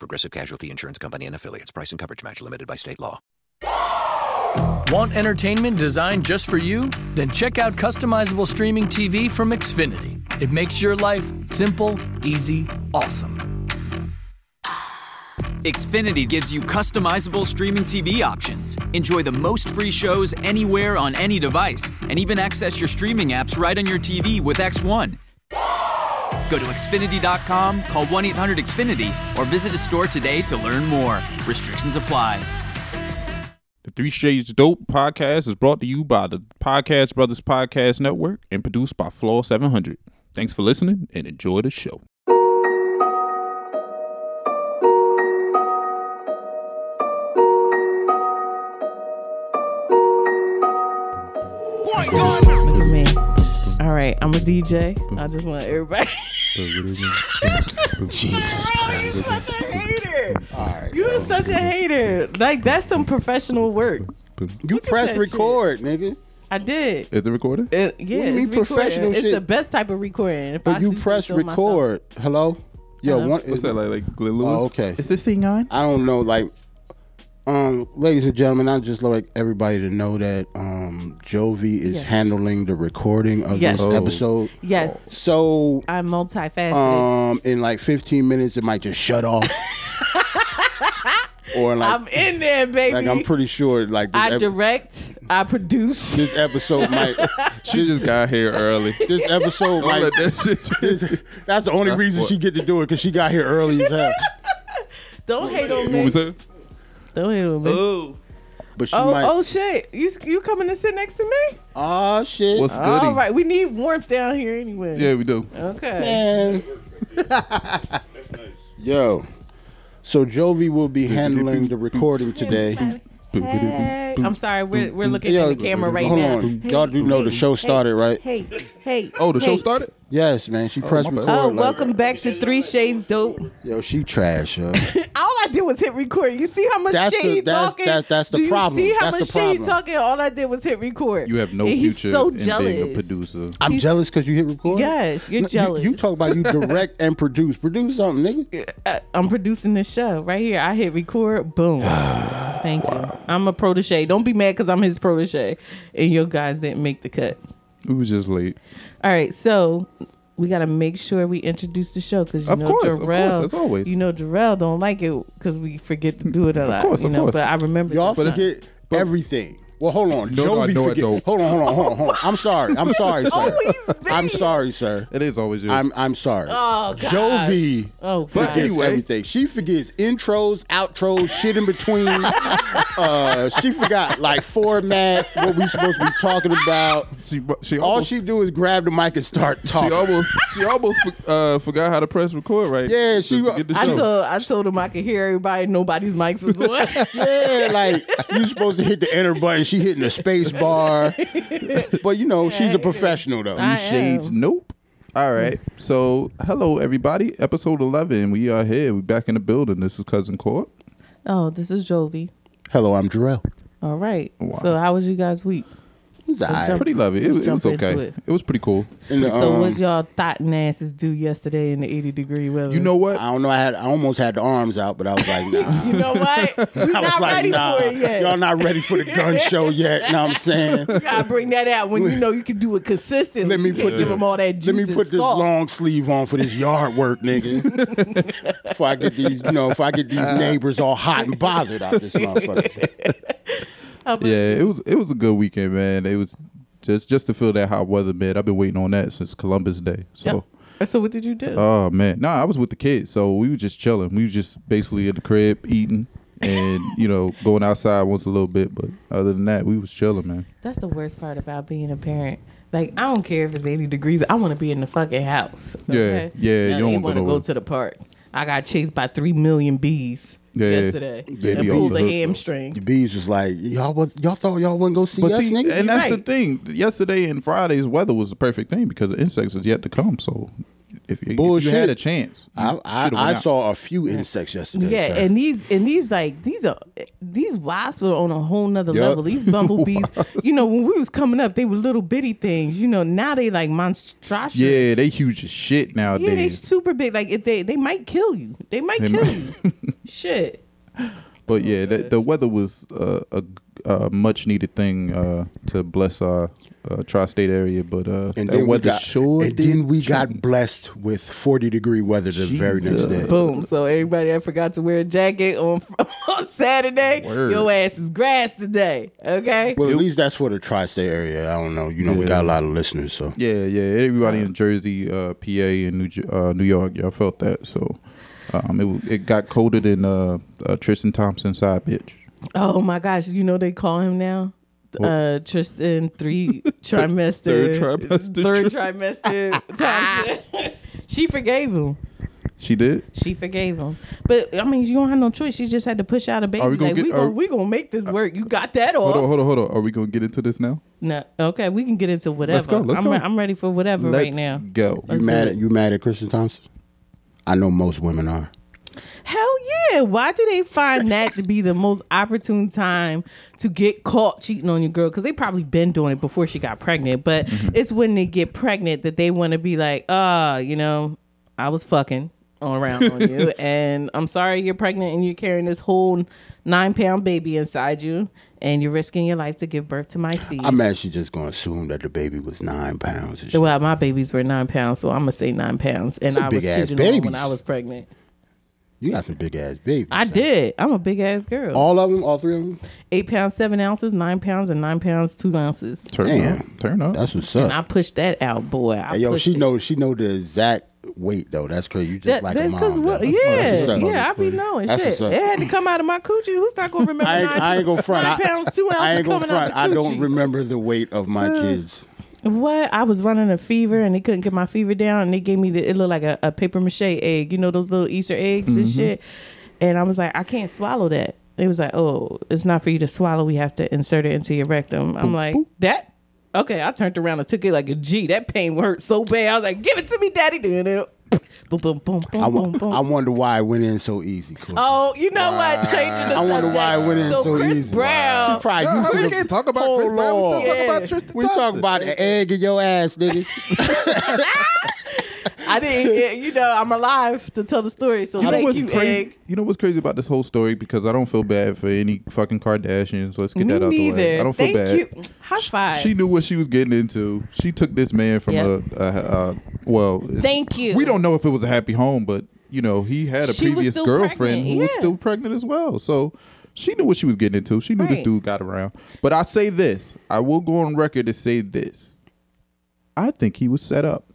Progressive Casualty Insurance Company and affiliates. Price and coverage match limited by state law. Want entertainment designed just for you? Then check out customizable streaming TV from Xfinity. It makes your life simple, easy, awesome. Xfinity gives you customizable streaming TV options. Enjoy the most free shows anywhere on any device, and even access your streaming apps right on your TV with X1. Go to Xfinity.com, call 1 800 Xfinity, or visit a store today to learn more. Restrictions apply. The Three Shades Dope podcast is brought to you by the Podcast Brothers Podcast Network and produced by Floor 700. Thanks for listening and enjoy the show. Look at me. All right, I'm a DJ. I just want everybody. Jesus. You're such a hater. All right. You're such a hater. Like that's some professional work. You at that press shit. record, nigga. I did. Is it recorded? It- yeah, What do you it's mean professional recording. It's shit? the best type of recording. If I But you used to press show myself- record. Hello? Yo, one, What's that like? Like Glenn Lewis? Oh, okay. Is this thing on? I don't know, like, um, ladies and gentlemen, I just like everybody to know that um, Jovi is Yes. handling the recording of Yes. this Oh. episode. Yes, So, I'm multifaceted. Oh. um, in like 15 minutes, it might just shut off. or like, I'm in there, baby. like I'm pretty sure, like this, I ep- direct. I produce. this episode might. She just got here early. This episode Don't might. let that shit. This- that's the only That's reason what- she get to do it because she got here early as hell. Don't hate on what me. was that? Don't hate on me. Oh, Oh. But she might. oh shit! You you coming to sit next to me? Oh shit! What's goody? All right, we need warmth down here anyway. Yeah, we do. Okay. man? Yo, so Jovi will be handling the recording today. Hey. I'm sorry, we're, we're looking Yo, at the camera right hold now. on. Y'all do know the show started, right? Hey, hey. Oh, the show hey. started? Yes, man. She pressed my bad. record. Oh, like- welcome back to Three Shades Dope. All Yo, she trash. Yo. I did was hit record. You see how much That's shit the- he that's- talking? that's- that's the Do you problem. see how That's much the shit he problem. talking? All I did was hit record. You have no and future he's so jealous. in being a producer. I'm He's- jealous because you hit record. Yes, you're No, you- jealous. You, talk about you direct and produce. Produce something, nigga. I- I'm producing this show right here. I hit record. Boom. Thank you. I'm a protege. Don't be mad because I'm his protege, and your guys didn't make the cut. We was just late. All right, so we got to make sure we introduce the show because you Of know course, of Jarrell, course, as always. you know Jarrell don't like it because we forget to do it a lot. course, you of know, course. But I remember Y'all this time. forget everything. Well, hold on. No, no, I Jovi know I forget. don't. Hold on, hold on, hold on, hold on. I'm sorry. I'm sorry, sir. I'm sorry, sir. It is always you. I'm I'm sorry. Oh, God. Jovi Oh, God. forgets Anyway. everything. She forgets intros, outros, shit in between. uh, she forgot like format, what we supposed to be talking about. she, she All almost, she do is grab the mic and start she talking. almost, she almost uh, forgot how to press record, right? Yeah, she- Just to get the I show. told I told him I could hear everybody. Nobody's mics was on. yeah, like you supposed to hit the enter button. She hitting the space bar. But you know, she's a professional though. I Shades. am. Nope. All right. So, hello everybody. Episode eleven. We are here. We back in the building. This is cousin Court. Oh, this is Jovi. Hello, I'm Jarrell. All right. Wow. So how was you guys week? It's all right. Pretty lovely. It, Let's it was jump into okay. it. It. was pretty cool. And, so um, what y'all thought asses do yesterday in the eighty degree weather? You know what? I don't know. I had I almost had the arms out, but I was like, nah. You know what? We're I was not like, ready nah, for it yet. y'all not ready for the gun show yet. Know what I'm saying? You gotta bring that out when you know you can do it consistently. Let me You can't put give the- them all that juice. Let me and put this salt. long sleeve on for this yard work, nigga. before I get these, you know, if I get these Uh-huh. neighbors all hot and bothered out this motherfucker. Yeah, it was. It was a good weekend, man. It was just just to feel that hot weather, man. I've been waiting on that since Columbus Day. So. So what did you do? Oh man, nah, I was with the kids, so we were just chilling. We were just basically in the crib eating, and you know going outside once a little bit. But other than that, we was chilling, man. That's the worst part about being a parent. Like I don't care if it's eighty degrees. I want to be in the fucking house. Yeah, yeah, Now, you don't wanna they go wanna go nowhere. to the park. I got chased by three million bees. Yeah, yeah. yesterday Yeah, and he pulled a overlooked, though. hamstring. The bees was like, y'all was y'all thought y'all wasn't gonna see But us see, niggas. and that's the right. thing. Yesterday and Friday's weather was the perfect thing because the insects is yet to come. So if you, if you Bullshit. had a chance, you I I, shoulda went I out. saw a few insects yesterday. Yeah, sir. and these and these like these are these wasps are on a whole nother Yup. level. These bumblebees, you know, when we was coming up, they were little bitty things. You know, now they like monstrous. Yeah, they huge as shit nowadays. yeah, they super big. Like if they they might kill you. They might They kill might. you. Shit. But yeah, the, the weather was uh, a, a much needed thing uh, to bless our uh, tri-state area. But uh, And that then we weather got sure and did then we change. got blessed with forty degree weather the very next Jesus. day. Boom. So everybody that forgot to wear a jacket on, on Saturday, Word. your ass is grass today. Okay. Well, at least that's for the tri-state area. I don't know. You know, we got a lot of listeners, so Yeah, yeah. Everybody in Jersey, uh, PA, and New Jer- uh, New York, y'all felt that. So um, it wa- it got colder than uh, uh, Tristan Thompson side bitch. Oh my gosh, you know they call him now? Uh, Tristan three trimester, Third trimester. third trimester. Thompson. she forgave him. She did. She forgave him. But I mean, you don't have no choice. She just had to push out a baby. Are we gonna like get- we gonna are- we gonna make this work. You got that off? Hold on, hold on, hold on. Are we gonna get into this now? No, okay, we can get into whatever. go, let's I'm, go. Re- I'm ready for whatever Let's right now. go. you mad at you mad at Kristen Thompson? I know most women are. Hell yeah. Why do they find that to be the most opportune time to get caught cheating on your girl? Because they probably been doing it before she got pregnant, but Mm-hmm. it's when they get pregnant that they want to be like, ah, you know, I was fucking all around on you, and I'm sorry you're pregnant and you're carrying this whole nine pound baby inside you, and you're risking your life to give birth to my seed. I'm actually just gonna assume that the baby was nine pounds. And shit. well, my babies were nine pounds, so I'm gonna say nine pounds, and Some I was big-ass cheating on her when babies. I was pregnant. You got some big ass babies. I son. did. I'm a big ass girl. All of them, all three of them. eight pounds seven ounces, nine pounds, and nine pounds two ounces. Turn Damn. up. Turn up. That's what's And up. I pushed that out, boy. I Hey, yo, pushed she it. know she know the exact weight though. That's crazy. You just That, like a that's mom. because though. what? That's what's Yeah, up. yeah, I be knowing That's shit. what's up. It had to come out of my coochie. Who's not gonna remember? I ain't, nine, I ain't gonna front. Nine I, pounds, two ounces. I ain't gonna coming out front. of I the don't coochie. remember the weight of my kids. What? I was running a fever and they couldn't get my fever down and they gave me the it looked like a, a paper mache egg, you know, those little Easter eggs and Mm-hmm. shit. And I was like, I can't swallow that. They was like, Oh, it's not for you to swallow, we have to insert it into your rectum. I'm like, That okay, I turned around and took it like a G. That pain hurt so bad. I was like, Give it to me, daddy. Doing it. Boom, boom, boom, boom, I, boom, w- boom. I wonder why I went in so easy. Cool. Oh, you know what? Changing the I wonder subject. why I went in so, Chris easy. Brown. She probably used to we the- can't talk about Oh, Chris Brown. We Lord. still talking Yeah. about Tristan We talk Thompson. about an egg in your ass, nigga. I didn't, yeah, you know, I'm alive to tell the story. So You know thank what's you, crazy? egg. You know what's crazy about this whole story because I don't feel bad for any fucking Kardashians. Let's get Me that out the way. neither. I don't feel Thank bad. you. High five. She knew what she was getting into. She took this man from Yep. a, a, a well. Thank you. We don't know if it was a happy home, but you know he had a She was previous still girlfriend pregnant, who was yeah. still pregnant as well. So she knew what she was getting into. She knew this Right. dude got around. But I say this: I will go on record to say this. I think he was set up.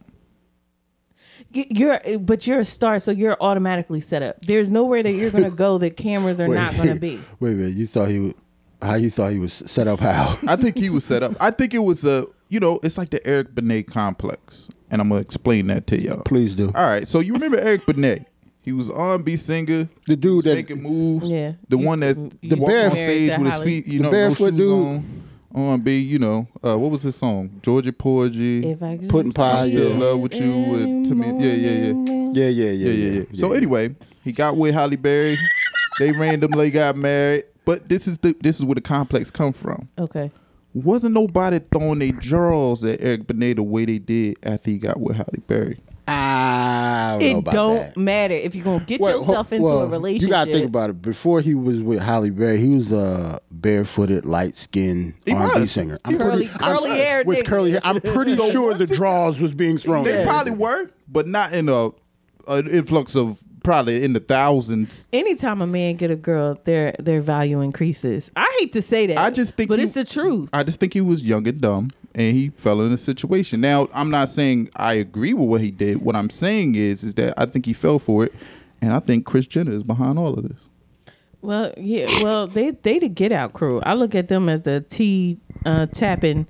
Y- You're, but you're a star, so you're automatically set up. There's nowhere that you're gonna go that cameras are not gonna be. Wait a minute. You thought he was? How you thought he was set up? How? I think he was set up. I think it was a, you know, it's like the Eric Benet complex, and I'm gonna explain that to y'all. Please do. All right, so you remember Eric Benet? He was R&B singer, The dude He was that- making moves. Yeah. the He- one that he the walked barefoot- on stage Married to with his Holly. feet, you The know, no barefoot shoes dude. on. R&B, you know, uh, what was his song? Georgia Porgy. If I could Pudding just- pie. I'm still Ah, Yeah. in love with you. With Timmy. Yeah, yeah, yeah. Yeah, yeah, yeah, Yeah, yeah, yeah. So anyway, he got with Holly Berry. they randomly got married. But this is the this is where the complex come from Okay. wasn't nobody throwing their jaws at Eric Benet the way they did after he got with Halle Berry. I don't know It about don't that. matter if you're gonna get Well, ho- yourself into well, a relationship. You gotta think about it. Before he was with Holly Berry, he was a barefooted, light skinned He R&B was. singer. Curly- curly hair with nigga. curly hair. I'm pretty sure the draws was being thrown. They at him. probably were, but not in a an influx of probably in the thousands. Anytime a man get a girl, their their value increases. I hate to say that. I just think but he- it's the truth. I just think he was young and dumb, and he fell in a situation. Now, I'm not saying I agree with what he did. What I'm saying is, is that I think he fell for it, and I think Chris Jenner is behind all of this. Well, yeah. Well, they they the get out crew. I look at them as the T uh, tapping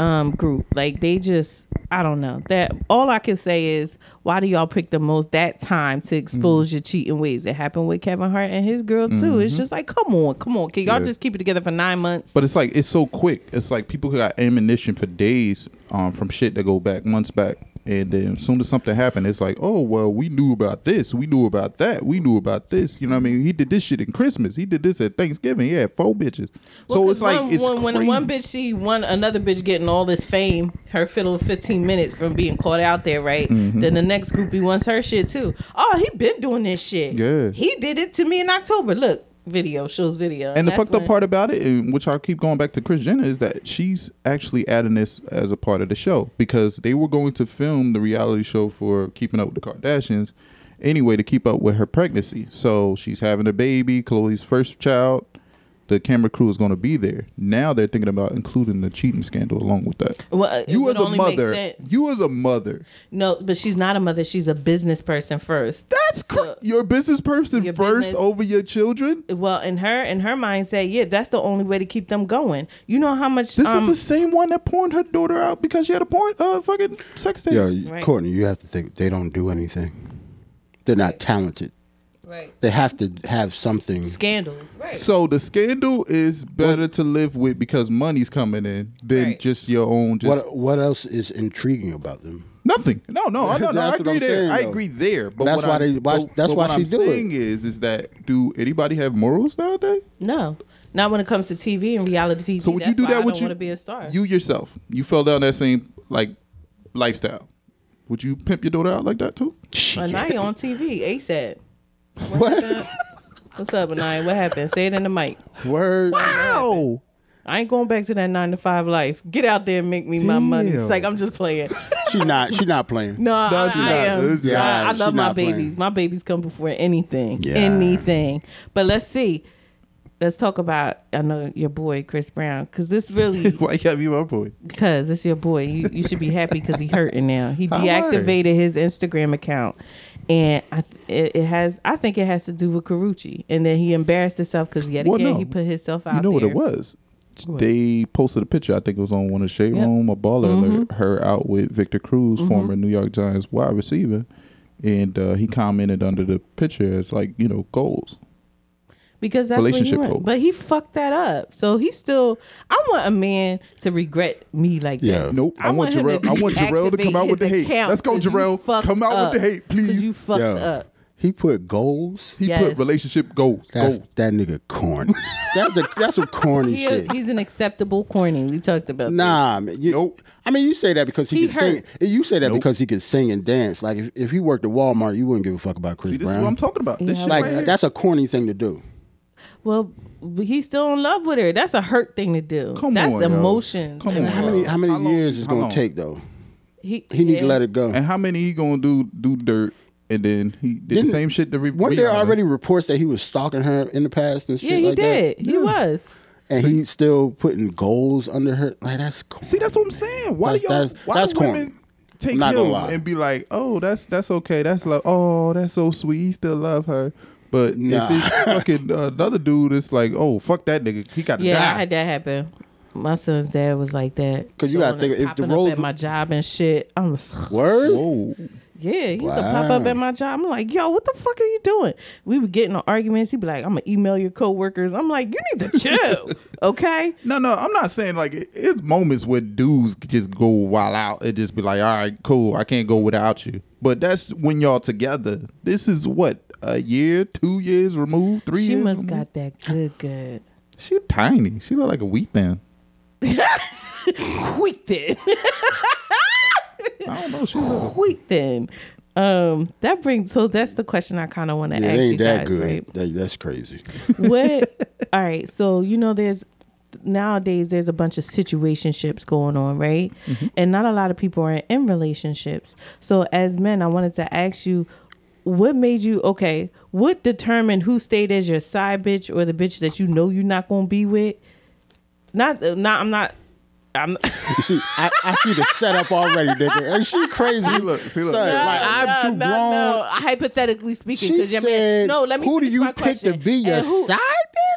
um, group. Like they just I don't know. That all I can say is why do y'all pick the most that time to expose your cheating ways? It happened with Kevin Hart and his girl too. It's just like, come on, come on. Can y'all just keep it together for nine months? But it's like it's so quick. It's like people got ammunition for days um, from shit that go back months back, and then as soon as something happened, it's like, oh well, we knew about this, we knew about that, we knew about this. You know what I mean? He did this shit in Christmas. He did this at Thanksgiving. He had four bitches. so Well, it's 'cause like one- it's one- when crazy. one bitch see one another bitch getting all this fame, her fiddle fifteen minutes from being caught out there, right? Mm-hmm. Then the next groupie wants her shit too. Oh, he been doing this shit. Yeah. he did it to me in October. Look, video shows video. And the That's fucked up when- part about it, and which I keep going back to Chris Jenner, is that she's actually adding this as a part of the show because they were going to film the reality show for Keeping Up with the Kardashians anyway to keep up with her pregnancy. So she's having a baby, Chloe's first child. The camera crew is going to be there. Now they're thinking about including the cheating scandal along with that. Well, uh, it you would as a only make mother, sense. you as a mother, No, but she's not a mother. She's a business person first. that's cr- So- you're a business person Your first business- over your children. well, in her in her mindset, yeah, that's the only way to keep them going. You know how much This um, is the same one that porned her daughter out because she had a porn, uh, fucking sex tape. Yo, Right. Courtney, you have to think they don't do anything. They're not talented. right. They have to have something. scandals. Right. So the scandal is better to live with because money's coming in than Right. just your own. Just What What else is intriguing about them? nothing. No, no, I- no, no. I That's what agree I'm there. saying, I though. agree there. But That's what why I'm, they- why- but- but that's why what she I'm do it. saying is, is that do anybody have morals nowadays? no, not when it comes to TV and reality TV. So would That's you do why that? I Would don't you want to be a star? You yourself, you fell down that same like lifestyle. Would you pimp your daughter out like that too? Anaya on TV ASAP. What? What's up, Anaya? What happened? Say it in the mic. Word. Wow. I ain't going back to that nine to five life. Get out there and make me my money. It's Damn. like I'm just playing. She not. She not playing. No, I, she I not. am. She I- I not. love She my not playing. babies. My babies come before anything, Yeah. anything. But let's see. Let's talk about. I know your boy Chris Brown because this really Why you gotta be my boy? because it's your boy. You, you should be happy because he hurting now. He I heard. deactivated his Instagram account, and I, th- it, it has. I think it has to do with Karuchi, and then he embarrassed himself because yet Well, again no. he put himself out. You know what there. it was? They posted a picture. I think it was on one of the Shade Yep. Mm-hmm. Room, a baller alert, her out with Victor Cruz, former New York Giants wide receiver. And uh, he commented under the picture as like, you know, goals. because that's Relationship what he goals. went. But he fucked that up, so he still. I want a man to regret me like Yeah. that. Nope. I, want him Jarrell. I want Jarrell to come deactivate out with the hate. his account Let's go, 'cause you Jarrell. fucked Come out with the up. hate, 'Cause please. You fucked Yo, up. He put goals. He Yes. put relationship goals. That's, goals. that nigga corny. that's a that's some corny He shit. a, he's an acceptable corny. We talked about this. Nah, man. You, Nope. I mean, you say that because he, He can sing. hurt. You say that Nope. because he can sing and dance. Like if, if he worked at Walmart, you wouldn't give a fuck about Chris See, this Brown. is what I'm talking about. This shit Like right here. that's a corny thing to do. Well, but he's still in love with her. That's a hurt thing to do. Come That's on, yo. emotion. Come I mean, on, How many how many How long- years is how gonna long? take though? He, He need to yeah. let it go. and how many he gonna do do dirt and then he did the Didn't- same shit to re- Weren't there Rihanna. already reports that he was stalking her in the past and shit? Yeah, he like did. That? He was. And he's still putting goals under her. Like that's corny. See, that's what I'm saying. Why That's- do y'all? that's- why that's do women corny. take I'm not gonna him lie. and be like, "Oh, that's that's okay. That's love. Oh, that's so sweet. He still love her." But Nah. if it's fucking uh, another dude, it's like, "Oh, fuck that nigga. He got to Yeah, I die." had that happen. My son's dad was like that. 'Cause you gotta Showing think, up, if the popping roles up at were- my job and shit, I'm just, Word. Whoa. yeah, he used to pop up Wow. at my job. I'm like, yo, what the fuck are you doing? We would get in arguments. He'd be like, I'm gonna email your coworkers. I'm like, you need to chill, okay? No, no, I'm not saying like it- it's moments where dudes just go wild out and just be like, "All right, cool, I can't go without you." But that's when y'all together. This is what a year, two years removed, three. She years must removed? got that good, good. She tiny. She look like a wheat thin. Quick then. I don't know. She look Wait then. Um, that brings so that's the question I kind of want to Yeah, ask it you ain't guys. that good. Right? That- that's crazy. What? all right. So you know, there's nowadays there's a bunch of situationships going on, right? Mm-hmm. And not a lot of people are in relationships. So as men, I wanted to ask you, what made you okay? What determined who stayed as your side bitch or the bitch that you know you're not gonna be with? Not, not. I'm not. I'm. You see, I, I see the setup already, nigga. Are she crazy? See, look, see, look. Son, No, like I'm no, too no, grown. no. Hypothetically speaking, She 'cause your man- said, no, let me "Who do finish you my pick to question. be your And who- side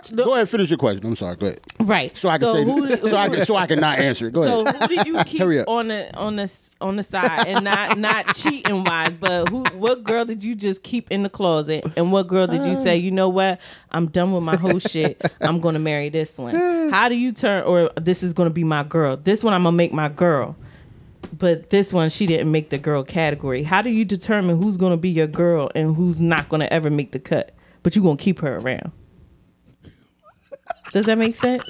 bitch? Go ahead, finish your question. I'm sorry. Go ahead. Right. So I can say so I can so I can not answer it. Go so ahead. who did you keep Hurry up. on the on the s- on the side and not not cheating wise, but who what girl did you just keep in the closet and what girl did you say you know what I'm done with my whole shit I'm gonna marry this one. How do you turn or this is gonna be my girl? This one I'm gonna make my girl. But this one, she didn't make the girl category. How do you determine who's gonna be your girl and who's not gonna ever make the cut? But you gonna keep her around. Does that make sense?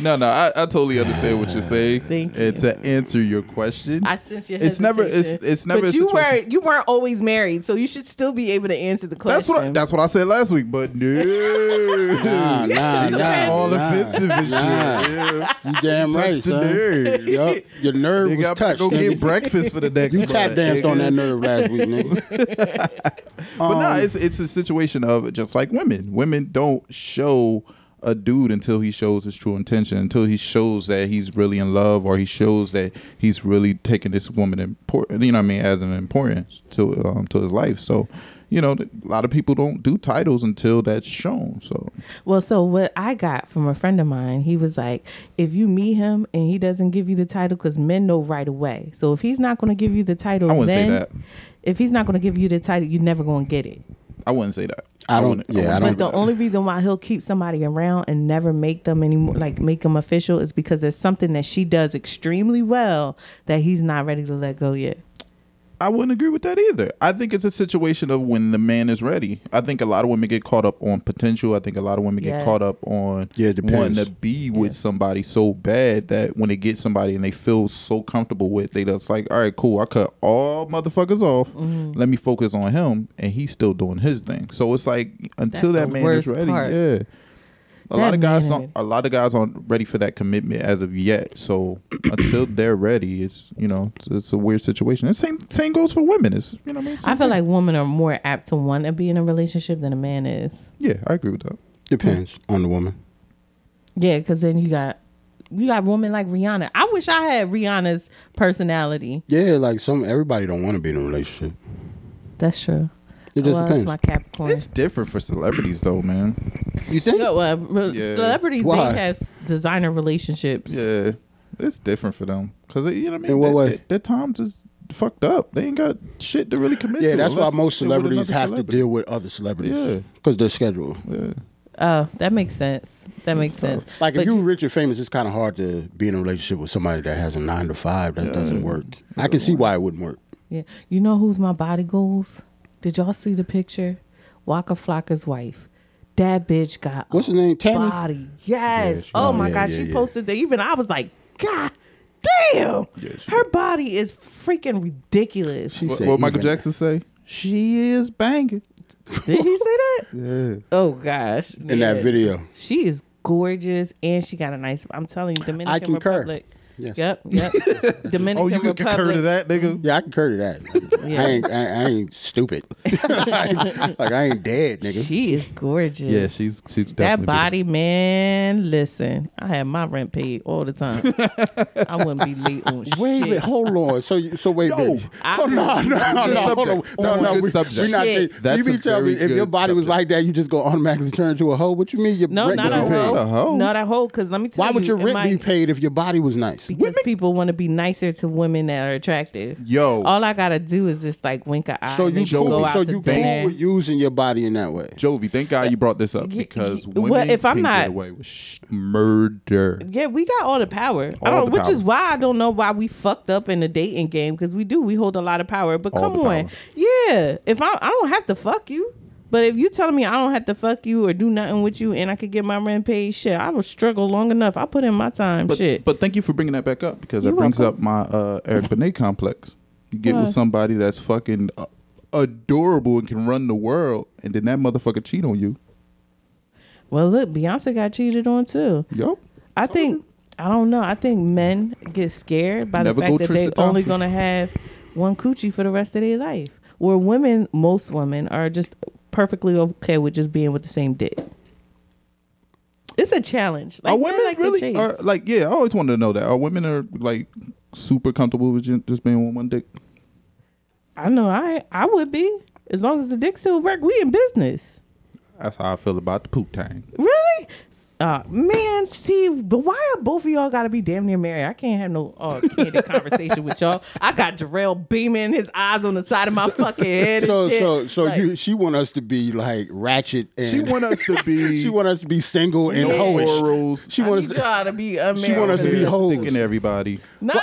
No, no, I, I totally understand what you're saying. Thank and you. to answer your question, I sense your It's never- it's- hesitation. it's never But a you situation- weren't you weren't always married, so you should still be able to answer the question. that's what I, that's what I said last week. But no, Nah, nah, You got nah. all offensive and shit. yeah. You damn Touch right, the son. nerve. Yup, your nerve Nigga, was I'm gonna touched. go nigga. get breakfast for the next. You tap month, danced on nigga. that nerve last week, nigga. But no, Um, it's it's a situation of just like women. Women don't show a dude until he shows his true intention, until he shows that he's really in love, or he shows that he's really taking this woman important. You know what I mean? As an importance to um, to his life. So, you know, a lot of people don't do titles until that's shown. So, Well, so what I got from a friend of mine, he was like, if you meet him and he doesn't give you the title, because men know right away. So if he's not going to give you the title, I wouldn't say then, that. If he's not going to give you the title, you're never going to get it. I wouldn't say that. I don't- wouldn't- yeah, I wouldn't But don't- do the that. only reason why he'll keep somebody around and never make them anymore, like make them official, is because there's something that she does extremely well that he's not ready to let go yet. I wouldn't agree with that either. I think it's a situation of when the man is ready. I think a lot of women get caught up on potential. I think a lot of women Yeah. get caught up on Yeah, it depends. wanting to be with somebody so bad that when they get somebody and they feel so comfortable with, they just like, all right, cool. I cut all motherfuckers off. Mm-hmm. Let me focus on him, and he's still doing his thing. So it's like until that That's the man is worst ready, part. yeah. A lot That of guys man- don't. A lot of guys aren't ready for that commitment as of yet. So until they're ready, it's you know it's, it's a weird situation. And same same goes for women. It's you know what I mean. I Same feel thing. like women are more apt to want to be in a relationship than a man is. yeah, I agree with that. Depends on the woman. Yeah, because then you got you got women like Rihanna. I wish I had Rihanna's personality. Yeah, like some everybody don't want to be in a relationship. That's true. It just well, that's depends. my Capricorn. It's different for celebrities though, man. you think? No, uh, re- Yeah. Celebrities Why? they have s- designer relationships. Yeah, it's different for them because you know what I mean. In what Their- way? Their, their times is fucked up. They ain't got shit to really commit. Yeah, to that's why unless most they're with celebrities another have to celebrity. deal with other celebrities. Yeah. Because their schedule. Oh, that makes sense. That makes sense. Like if But you rich or famous, it's kind of hard to be in a relationship with somebody that has a nine to five. That doesn't work. I can see why it wouldn't work. Yeah. You know who's my body goals? Did y'all see the picture? Waka Flocka's wife. That bitch got What's a her name? Tammy? Body. Yes. she- oh oh, my yeah, God. yeah, she yeah. posted that. Even I was like, God damn. her body is freaking ridiculous. She What, said what Michael even- Jackson say? She is banging. Did he say that? Oh gosh. in that Yeah. video. She is gorgeous and she got a nice I'm telling you, Dominican I concur. Republic. Yes. Yep, yep. Dominican Oh, you could Republic. concur to that, nigga. Yeah, I concur to that. Yeah. I ain't, I, I ain't stupid. like, I ain't dead, nigga. She is gorgeous. Yeah, she's she's that definitely body, man. Listen, I had my rent paid all the time. I wouldn't be late on shit. Wait a minute, hold on. So, you- so wait, Yo, a minute. I- Oh, no, no, no, no, hold on. That's a good subject. That's no, no, a we, good we not. subject. saying- Shit. That's you mean a tell me very if your good body was subject. like that, you just go automatically turn into a hoe? What you mean? Your No, rent not a gonna be Not hoe. a hoe. Not a hoe. Because let me tell Why you, would your in rent my- be paid if your body was nice? Because people want to be nicer to women that are attractive. Yo. all I gotta do is just like wink an eye. So you make them go cool, out so to you dinner. cool with using your body in that way? Jovi, thank God you brought this up y- because y- women well, if I'm can not- get away with sh- murder. Yeah, we got all the power. I All don't, the which power. is why I don't know why we fucked up in the dating game because we do. We hold a lot of power. But All come the on, power. yeah. If I I don't have to fuck you, but if you telling me I don't have to fuck you or do nothing with you and I could get my rent paid, shit, I will struggle long enough. I put in my time, But, shit. but thank you for bringing that back up because You're that brings welcome. up my uh, Eric Benet complex. You get Why? with somebody that's fucking uh, adorable and can run the world, and then that motherfucker cheat on you. well, look, Beyonce got cheated on too. Yup. I think I don't know. I think men get scared by the Never fact go that Tristan they're only Thompson. gonna have one coochie for the rest of their life. Where women, most women, are just perfectly okay with just being with the same dick. It's a challenge. Like, are men women like to really chase. are like yeah? I always wanted to know that. Are women are like super comfortable with ju- just being with one dick? I know. I I would be as long as the dick still work. We in business. That's how I feel about the poop tank. Really? Uh, man, Steve, but why are both of y'all got to be damn near married? I can't have no uh, candid conversation with y'all. I got Jarrell beaming, his eyes on the side of my fucking head. and So shit. so so Like, you she want us to be like ratchet and She want us to be. she want us to be single and no hoish. morals. She I want need us to, y'all to be unmarried. she want us to be Yeah, hoes. sticking everybody. No,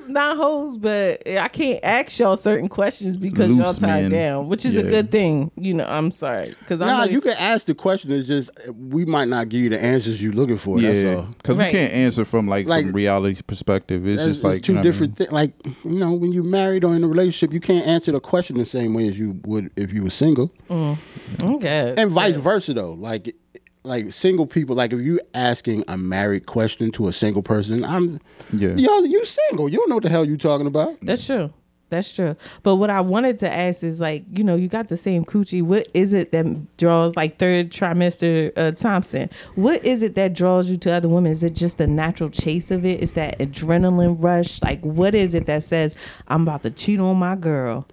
it's not hoes, but I can't ask y'all certain questions because y'all Loose tied men. down, which is a Yeah. good thing. You know, I'm sorry because I Nah, know you can ask the question. It's just we might not give you the answers you're looking for. That's Yeah, all. because Right. we can't answer from like, Like- some reality perspective. It's That's just like it's two you know what I mean? different things. Like you know, when you're married or in a relationship, you can't answer the question the same way as you would if you were single, okay. and vice versa though. Like like single people, like if you asking a married question to a single person, I'm Yeah. y'all you single, you don't know what the hell you talking about. That's true. That's true. But what I wanted to ask is like, you know, you got the same coochie. What is it that draws like third trimester uh, Thompson? What is it that draws you to other women? Is it just the natural chase of it? Is that adrenaline rush? Like, what is it that says I'm about to cheat on my girl?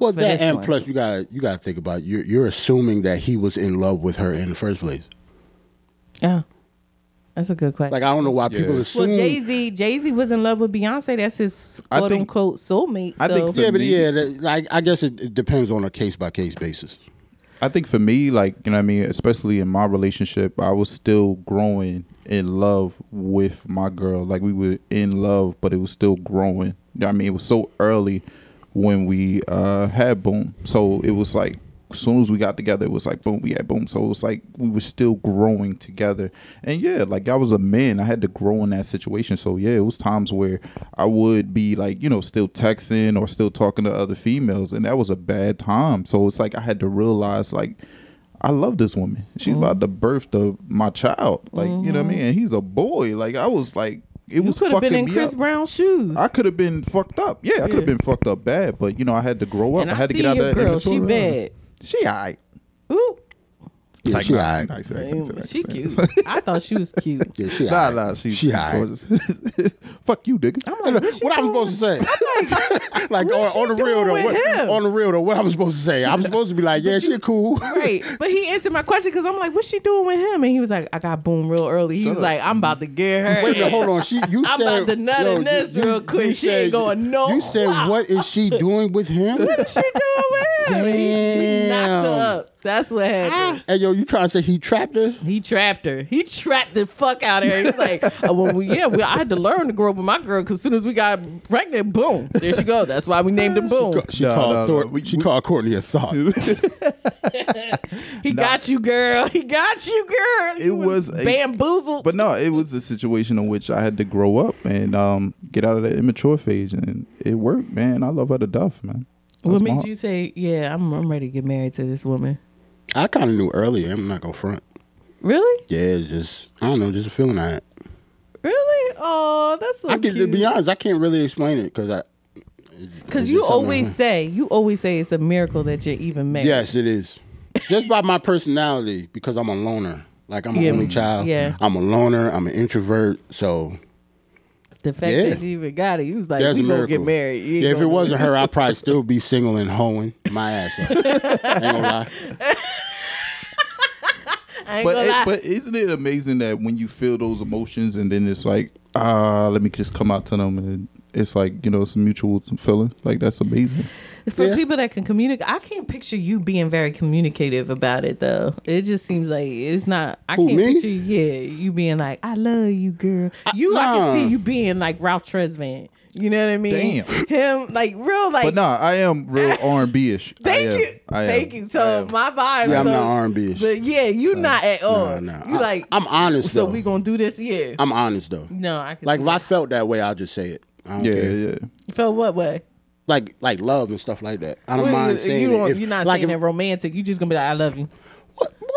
Well, that this and one. plus you got you got to think about it. you're you're assuming that he was in love with her in the first place. Yeah, that's a good question. Like I don't know why people Yeah. well, assume. Jay Z, Jay Z was in love with Beyonce. That's his I quote think- unquote soulmate. I so think for yeah, but me- yeah, that, like I guess it, it depends on a case by case basis. I think for me, like you know, what I mean, especially in my relationship, I was still growing in love with my girl. Like we were in love, but it was still growing. You know what I mean, it was so early when we uh, had boom, so it was like as soon as we got together, it was like boom, we had boom. So it was like we were still growing together. And yeah, like I was a man, I had to grow in that situation. So yeah, it was times where I would be like, you know, still texting or still talking to other females, and that was a bad time. So it's like I had to realize like. I love this woman. She's about to birth the my child. Like, you know what I mean? And he's a boy. Like I was like it Mm-hmm. you was could have fucking been in me Chris up. Brown's shoes. I could have been fucked up. Yeah, I could have been fucked up bad, but you know, I had to grow up. and I I, had to see get out your of that girl. She immature- bad. She all right. Ooh. Yeah, she all right. Nice, Damn, she cute. I thought she was cute. Yeah, she Nah, all right. nah, she, She all right. gorgeous. Fuck you, nigga. I'm like, What I'm supposed to say? Like, on, what she on the real doing though, with what, him? on the real though, what I'm supposed to say? I'm supposed to be like, yeah, she cool. Right, but he answered my question because I'm like, "What's she doing with him?" And he was like, "I got boom real early." He was like, "I'm about to get her." Wait a minute, in." hold on. She, you I'm said, about to nut in this real quick. She ain't going no- You said, what is she doing with him? What is she doing with him? He knocked her up. That's what happened. Hey, yo, you trying to say he trapped her? He trapped her. He trapped the fuck out of her. He's like, oh, well, we, yeah, we, I had to learn to grow up with my girl because as soon as we got pregnant, boom, there she go. That's why we named him Boom. She No, called. no, Thor- no, we- she called Courtney a thought. He got you, girl. He got you, girl. You It was a- bamboozled. But no, it was a situation in which I had to grow up and um, get out of that immature phase, and it worked, man. I love her to death, man. what That's my- made you say, yeah, I'm, I'm ready to get married to this woman? I kind of knew earlier. I'm not gonna front. Really? Yeah, it's just I don't know, just a feeling I had. Really? Oh, that's so I can, to be honest, I can't really explain it because I. Because you It's something always I- say, you always say it's a miracle that you're even married. Yes, it is. Just by my personality, because I'm a loner. Like I'm an Yeah, only child. yeah. I'm a loner. I'm an introvert. So The fact Yeah. that you even got it, you was like, that's we a gonna miracle. get married. You ain't Yeah, if it gonna- wasn't her, I'd probably still be single and hoeing my ass off. Ain't gonna lie. I ain't But gonna it, lie. but isn't it amazing that when you feel those emotions, and then it's like, ah, let me just come out to them, and it's like you know, it's a mutual feeling. Like that's amazing. for Yeah. people that can communicate, I can't picture you being very communicative about it though. It just seems like it's not. I Who, can't me? picture. Yeah, you being like, "I love you, girl." You, I nah. can see you being like Ralph Tresvant. You know what I mean? Damn, him like real like. But nah, I am real R and B ish. Thank I am. you, I am. thank you. I So am. my vibe. Yeah, I'm so- not R&B -ish. But yeah, you not at all. no. Oh, You I- like I'm honest, So though. we gonna do this? Yeah. I'm honest though. no, I can Like see if I felt that way, I'll just say it. I don't yeah, care. yeah. that. felt what way? Like like love and stuff like that. I don't mind you, saying you it. don't- If- you're not like saying if- it romantic. You just gonna be like, "I love you." What, what?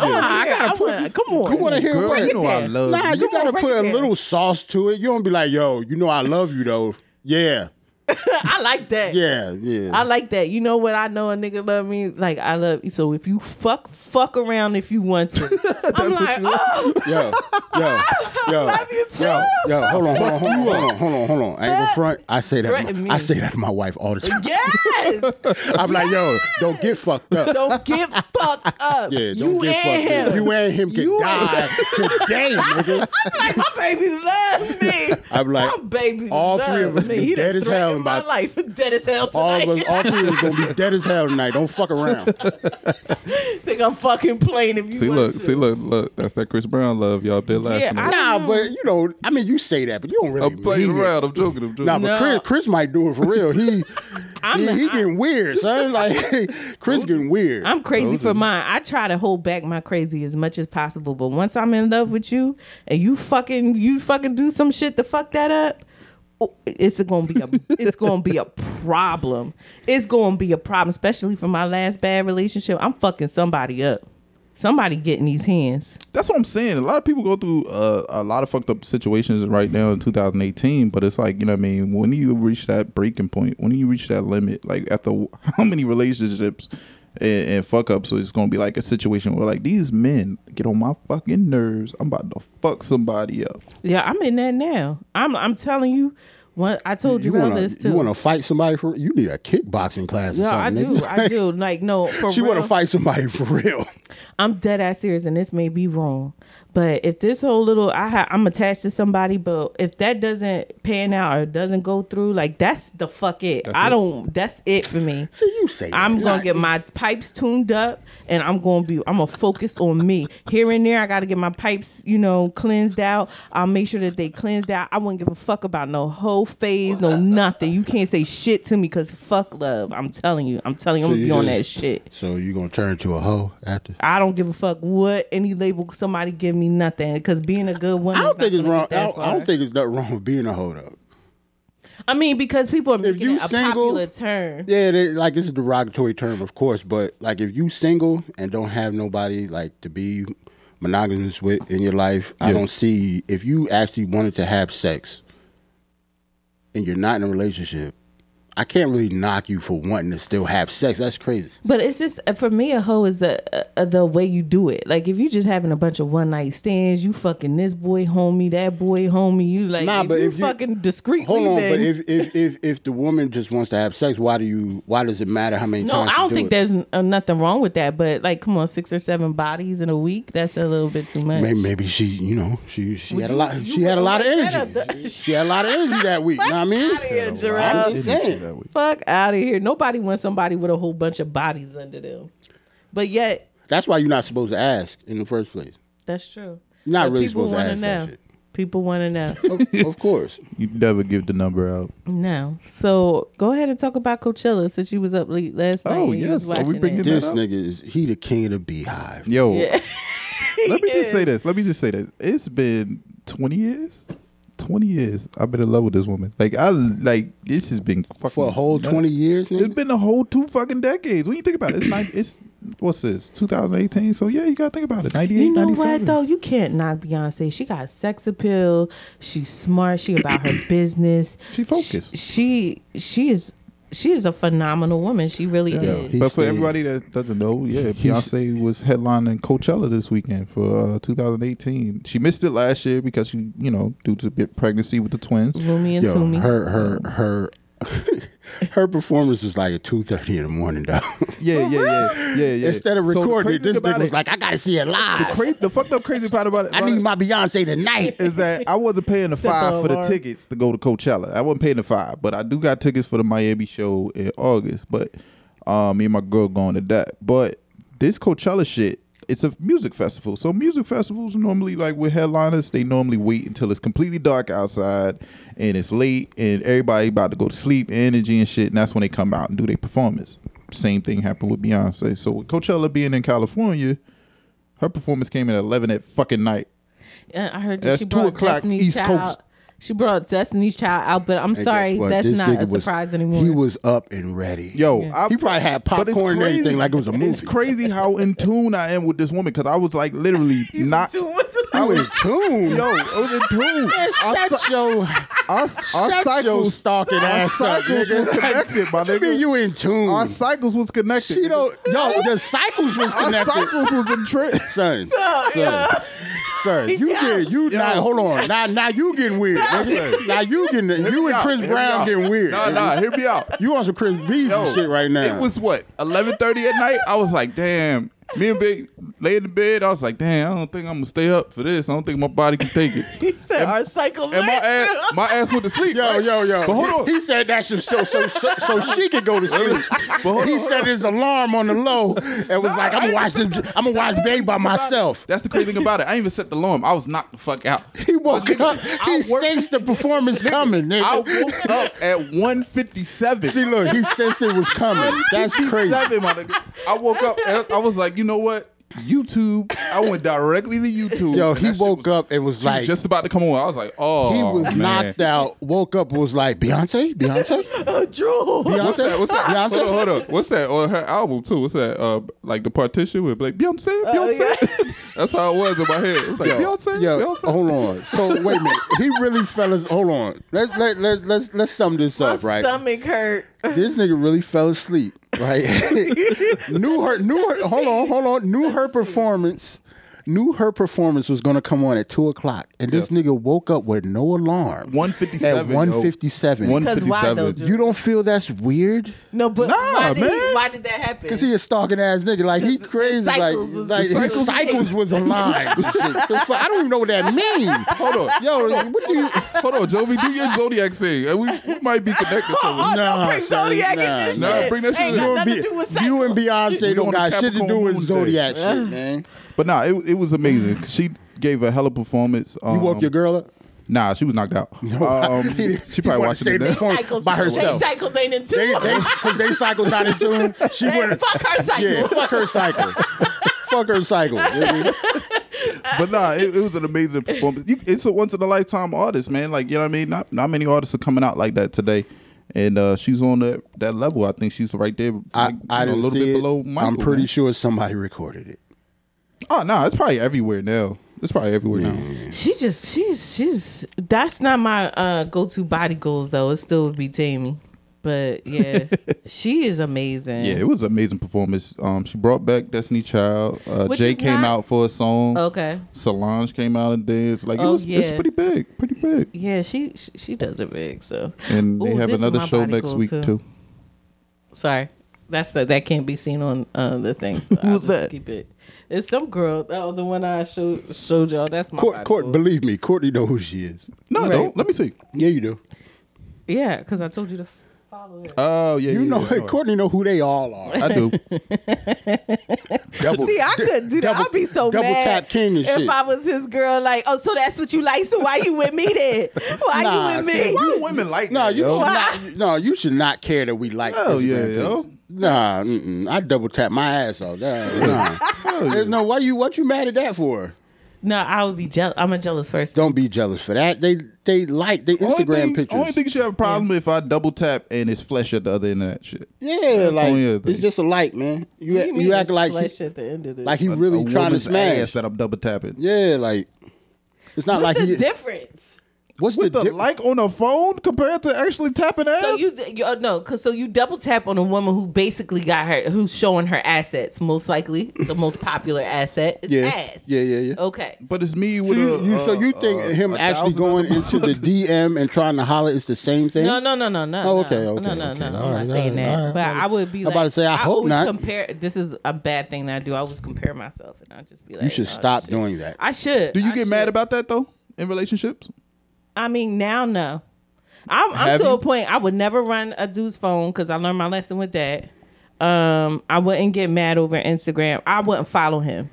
Oh, I gotta put. come on. You want to hear Girl, what? you know I love Nah, you. you Come on, gotta break put it a down. little sauce to it. You don't be like, yo, you know I love you though. Yeah. I like that. Yeah, yeah. I like that. You know what? I know a nigga love me. Like I love you. So if you fuck, fuck around if you want to. I'm like, oh, yo, yo, yo, love you too. yo, yo, hold on, hold on, hold on, hold on, hold on, hold on. I ain't gonna front. I say that. Threaten me. I say that to my wife all the time. oh, yes. I'm like, yo, don't get fucked up. Don't get fucked up. yeah, don't you get and fucked up. him. You and him can You die today, nigga. I'm like, my baby loves me. I'm like, my baby all three of loves us me. be He done dead as hell threatened my about- life. Dead as hell All tonight. of us, all three of us gonna be dead as hell tonight. Don't fuck around. think I'm fucking playing if you See, want look, to. see, look, look. That's that Chris Brown love y'all did last Yeah, night. Nah, but you know, I mean, you say that, but you don't really I'm playing mean it. around. I'm joking. I'm joking. Nah, but No. Chris, Chris might do it for real. He, he, he getting weird, son. Like Chris getting weird. I'm crazy for mine. I try to hold back my crazy as much as possible, but once I'm in love with you and you fucking you fucking do some shit to fuck that up, oh, it's gonna be a it's gonna be a problem. It's gonna be a problem, especially for my last bad relationship. I'm fucking somebody up. Somebody getting these hands. That's what I'm saying. A lot of people go through uh, a lot of fucked up situations right now in 2018, but it's like, you know what I mean? When do you reach that breaking point? When do you reach that limit? Like, after how many relationships and, and fuck ups? So it's going to be like a situation where, like, these men get on my fucking nerves. I'm about to fuck somebody up. Yeah, I'm in that now. I'm I'm telling you. What I told you, you about wanna this too. you wanna fight somebody for you need a kickboxing class or yeah, I something. do. nigga. I do. Like no, for she wanna real. fight somebody for real. I'm dead ass serious, and this may be wrong, but if this whole little I ha- I'm attached to somebody, but if that doesn't pan out or doesn't go through, like that's the fuck it. I don't. That's it for me. See, you say that. I'm gonna Like, get my pipes tuned up, and I'm gonna be. I'm gonna focus on me. Here and there, I gotta get my pipes, you know, cleansed out. I'll make sure that they cleansed out. I wouldn't give a fuck about no whole phase, no nothing. You can't say shit to me because fuck love. I'm telling you. I'm telling you. I'm gonna be on that shit. So you gonna turn to a hoe after? I don't give a fuck what any label somebody give me nothing because being a good woman. I is don't not think it's gonna wrong. get I that don't, I far. don't think it's nothing wrong with being a hoe though. I mean, because people are making you it a single- popular term. Yeah, they, like it's a derogatory term, of course, but like if you single and don't have nobody like to be monogamous with in your life, I don't see if you actually wanted to have sex and you're not in a relationship. I can't really knock you for wanting to still have sex. That's crazy. But it's just for me, a hoe is the uh, the way you do it. Like if you just having a bunch of one night stands, you fucking this boy homie, that boy homie. You like Nah, if but you if you- fucking discreetly. Hold on, then- but if, if if if the woman just wants to have sex, why do you? Why does it matter how many no, times? I you don't do think it? there's uh, nothing wrong with that. But like, come on, six or seven bodies in a week—that's a little bit too much. Maybe, maybe she, you know, she she had a lot. you She had a would've lot of messed that up, energy. though. She had a lot of energy that week. You know what I mean? Outta here, Gerald. I'm just Energy saying. that week. Fuck out of here. Nobody wants somebody with a whole bunch of bodies under them. But yet, That's why you're not supposed to ask in the first place. that's true. You're not But really people supposed to wanna ask know. that shit. People want to know. Of, of course. You never give the number out. no. So go ahead and talk about Coachella since you was up late last night. Oh, and you yes. was Are we watching bringing it. that- This nigga is he the king of the beehive. Yo, let me just say this. Let me just say this. It's been 20 years. 20 years. I've been in love with this woman. Like, I, like, this has been fucking. For a whole nuts. twenty years, It's nigga? been a whole two fucking decades. When you think about it, it's nine, it's what's this? 2018. So yeah, you gotta think about it. 98, You know 97. what though? You can't knock Beyonce. She got sex appeal. She's smart. She about her business. She focused. She she is she is a phenomenal woman. She really is. He But for said- everybody that doesn't know, yeah, Beyonce was headlining Coachella this weekend for uh, 2018. She missed it last year because she, you know, due to bit pregnancy with the twins. Lumi and Yo, Toomey. her her her her performance was like at two thirty in the morning, dog. Yeah, yeah, yeah, yeah, yeah. Instead of So the recording it, crazy this thing nigga about was it- like, I gotta see it the, live. cra- the fucked up crazy part about it. I about need it my Beyonce tonight. Is that I wasn't paying the five for the alarm. tickets to go to Coachella. I wasn't paying the five, but I do got tickets for the Miami show in August. But um, me and my girl going to that. But this Coachella shit, it's a music festival. So music festivals normally like with headliners, they normally wait until it's completely dark outside and it's late and everybody about to go to sleep, energy and shit, and that's when they come out and do their performance. Same thing happened with Beyonce. So with Coachella being in California, her performance came at eleven at fucking night. Uh, I heard that That's she two brought o'clock Destiny's East Child. Coast. She brought Destiny's Child out, but I'm And sorry, guess what? that's This not a nigga was- surprise anymore. He was up and ready. Yo, I, he probably had but it's popcorn and crazy- everything like it was a movie. It's crazy how in tune I am with this woman because I was like literally not. Two- what the- I was Tune. yo, I was in tune. I, Shut your Our, our Shut your cycles, stalking our ass up, cycles nigga. was connected, my What you mean nigga. you in tune? Our cycles was connected. she don't. Yo, the cycles was Our connected. cycles was in trend. Son, son, son, you get you Yo. now. Hold on, now now you getting weird. nigga. now you getting you me and out, Chris hear me Brown out. getting weird. Nah, nigga. nah, hear me out. You on some Chris B's and shit right now. It was what eleven thirty at night. I was like, damn. Me and Big lay in the bed. I was like, damn. I don't think I'm gonna stay up for this. I don't think my body can take it. He said our cycles. And my last ass, too my ass went to sleep. yo right? yo yo. But hold on. He said that should so so so, so she could go to sleep. hold he on. set his alarm on the low and was like, I'm gonna watch the, I'm gonna watch Babe by myself. That's the crazy thing about it. I didn't even set the alarm. I was knocked the fuck out. He woke Nigga, up. He I worked- sensed the performance coming. I Nigga. woke up at one fifty seven. See, look, he sensed it was coming. That's crazy. Seven, my nigga. I woke up and I was like, you know what? YouTube. I went directly to YouTube. Yo, and he that shit was- woke up and was she was like, just about to come on. I was like, oh, he was man. knocked out. Woke up was like, Beyonce, Beyonce, Beyonce, What's that? What's that? Beyonce. Hold on, hold on. What's that? On her album too. What's that? Uh, like the partition with like Beyonce, Beyonce. That's how it was in my head. It was like Beyonce, Uh, yo, Beyonce. hold on. So wait a minute. He really fell. as- Hold on. Let let let let's let's sum this My up, right? stomach hurt. This nigga really fell asleep, right? knew her, knew her. Hold on, hold on. Knew her performance. Knew her performance was gonna come on at two o'clock, and this nigga woke up with no alarm. One fifty seven. At one fifty One seven. Because fifty why though, seven. Drew? You don't feel that's weird? No, but Nah, why, did man. He, why did that happen? Cause he a stalking ass nigga, like he crazy, like, cycles was- like The his cycles- cycles was aligned. and shit. 'Cause fu- I don't even know what that means. Hold on, Yo, what do you? hold on, Jovi. Do your zodiac thing, and we, we might be connected. Oh, somewhere. Nah, don't bring son, Zodiac nah, in this nah. shit. Bring that shit Ain't in. got You nothing Be- to do with you and cycles. Beyonce We on don't a got shit to do Capricorn with moon zodiac day. shit, man. But nah, it, it was amazing. She gave a hella performance. Um, Mm. You woke your girl up. Nah, she was knocked out. um, she probably watching it. now. perform Cycles by herself. They cycles ain't in They, tune. they, cause they cycles out of tune. She Man, went. fuck her cycle. Yeah, fuck her cycle. fuck her cycle. nigga. but nah, it, it was an amazing performance. You, it's a once in a lifetime artist, man. Like you know what I mean. Not not many artists are coming out like that today. And uh, she's on that that level. I think she's right there. I, like, I you know, didn't a little see bit it. below Michael. I'm pretty man. sure somebody recorded it. Oh no, it's probably everywhere now. It's probably everywhere now. She just she's she's that's not my uh go to body goals though. It still would be Tammy. But yeah, she is amazing. Yeah, it was an amazing performance. Um, she brought back Destiny Child. Uh, Which Jay is came not- out for a song. Okay. Solange came out and danced. Like it Oh, was, it's yeah. pretty big, pretty big. Yeah, she she, she does it big. So And they Ooh, have this is another my show body next goal, week too. Sorry, that's the, that can't be seen on uh, the thing. So Who's that? Keep it. It's some girl. Oh, the one I showed showed y'all. That's my Court, body court, goal. believe me, Courtney know who she is. No, Right. don't. Let me see. Yeah, you do. yeah, because I told you to follow her. Oh yeah, You yeah, know, yeah. Courtney know who they all are. I do. Double, See, I couldn't do that. double- I'd be so double mad tap king if and shit. I was his girl. Like, oh, so that's what you like. So why you with me then? Why Nah, you with see, me? Why do women like No, that, you yo? should not. No, you should not care that we like. Hell this yeah, man thing. yo. Nah, mm-mm. I double tap my ass off. Nah, nah. There's no why you what you mad at that for? no, I would be jealous. I'm a jealous person. Don't be jealous for that. They they like they only Instagram thing, pictures. Only thing you should have a problem if I double tap and it's flesh at the other end of that shit. yeah, like only other it's thing. just a like, man. You you, act like flesh he, at the end of this. like he A- really a trying to woman's smash. ass that I'm double tapping. Yeah, like it's not What's like the he. difference? what's With the di- like on a phone compared to actually tapping ass. So you, you oh, no, cause so you double tap on a woman who basically got her, who's showing her assets. Most likely, the most popular asset is Yeah. ass. Yeah, yeah, yeah. Okay. but it's me So with you, a. you- so uh, you think uh, him a actually thousand going other- into the DM and trying to holler is the same thing? No, no, no, no, no. Oh, no. okay, okay, No, no, okay. no. All I'm right, not saying all right, all that. right. But I would be I'm like, about to say, I hope always not. Compare. This is a bad thing that I do. I always compare myself, and I just be like, You should oh, stop shit. doing that. I should. Do you I get mad should. about that though in relationships? I mean, now no. I'm, I'm Have to you? a point. I would never run a dude's phone because I learned my lesson with that. Um, I wouldn't get mad over Instagram. I wouldn't follow him.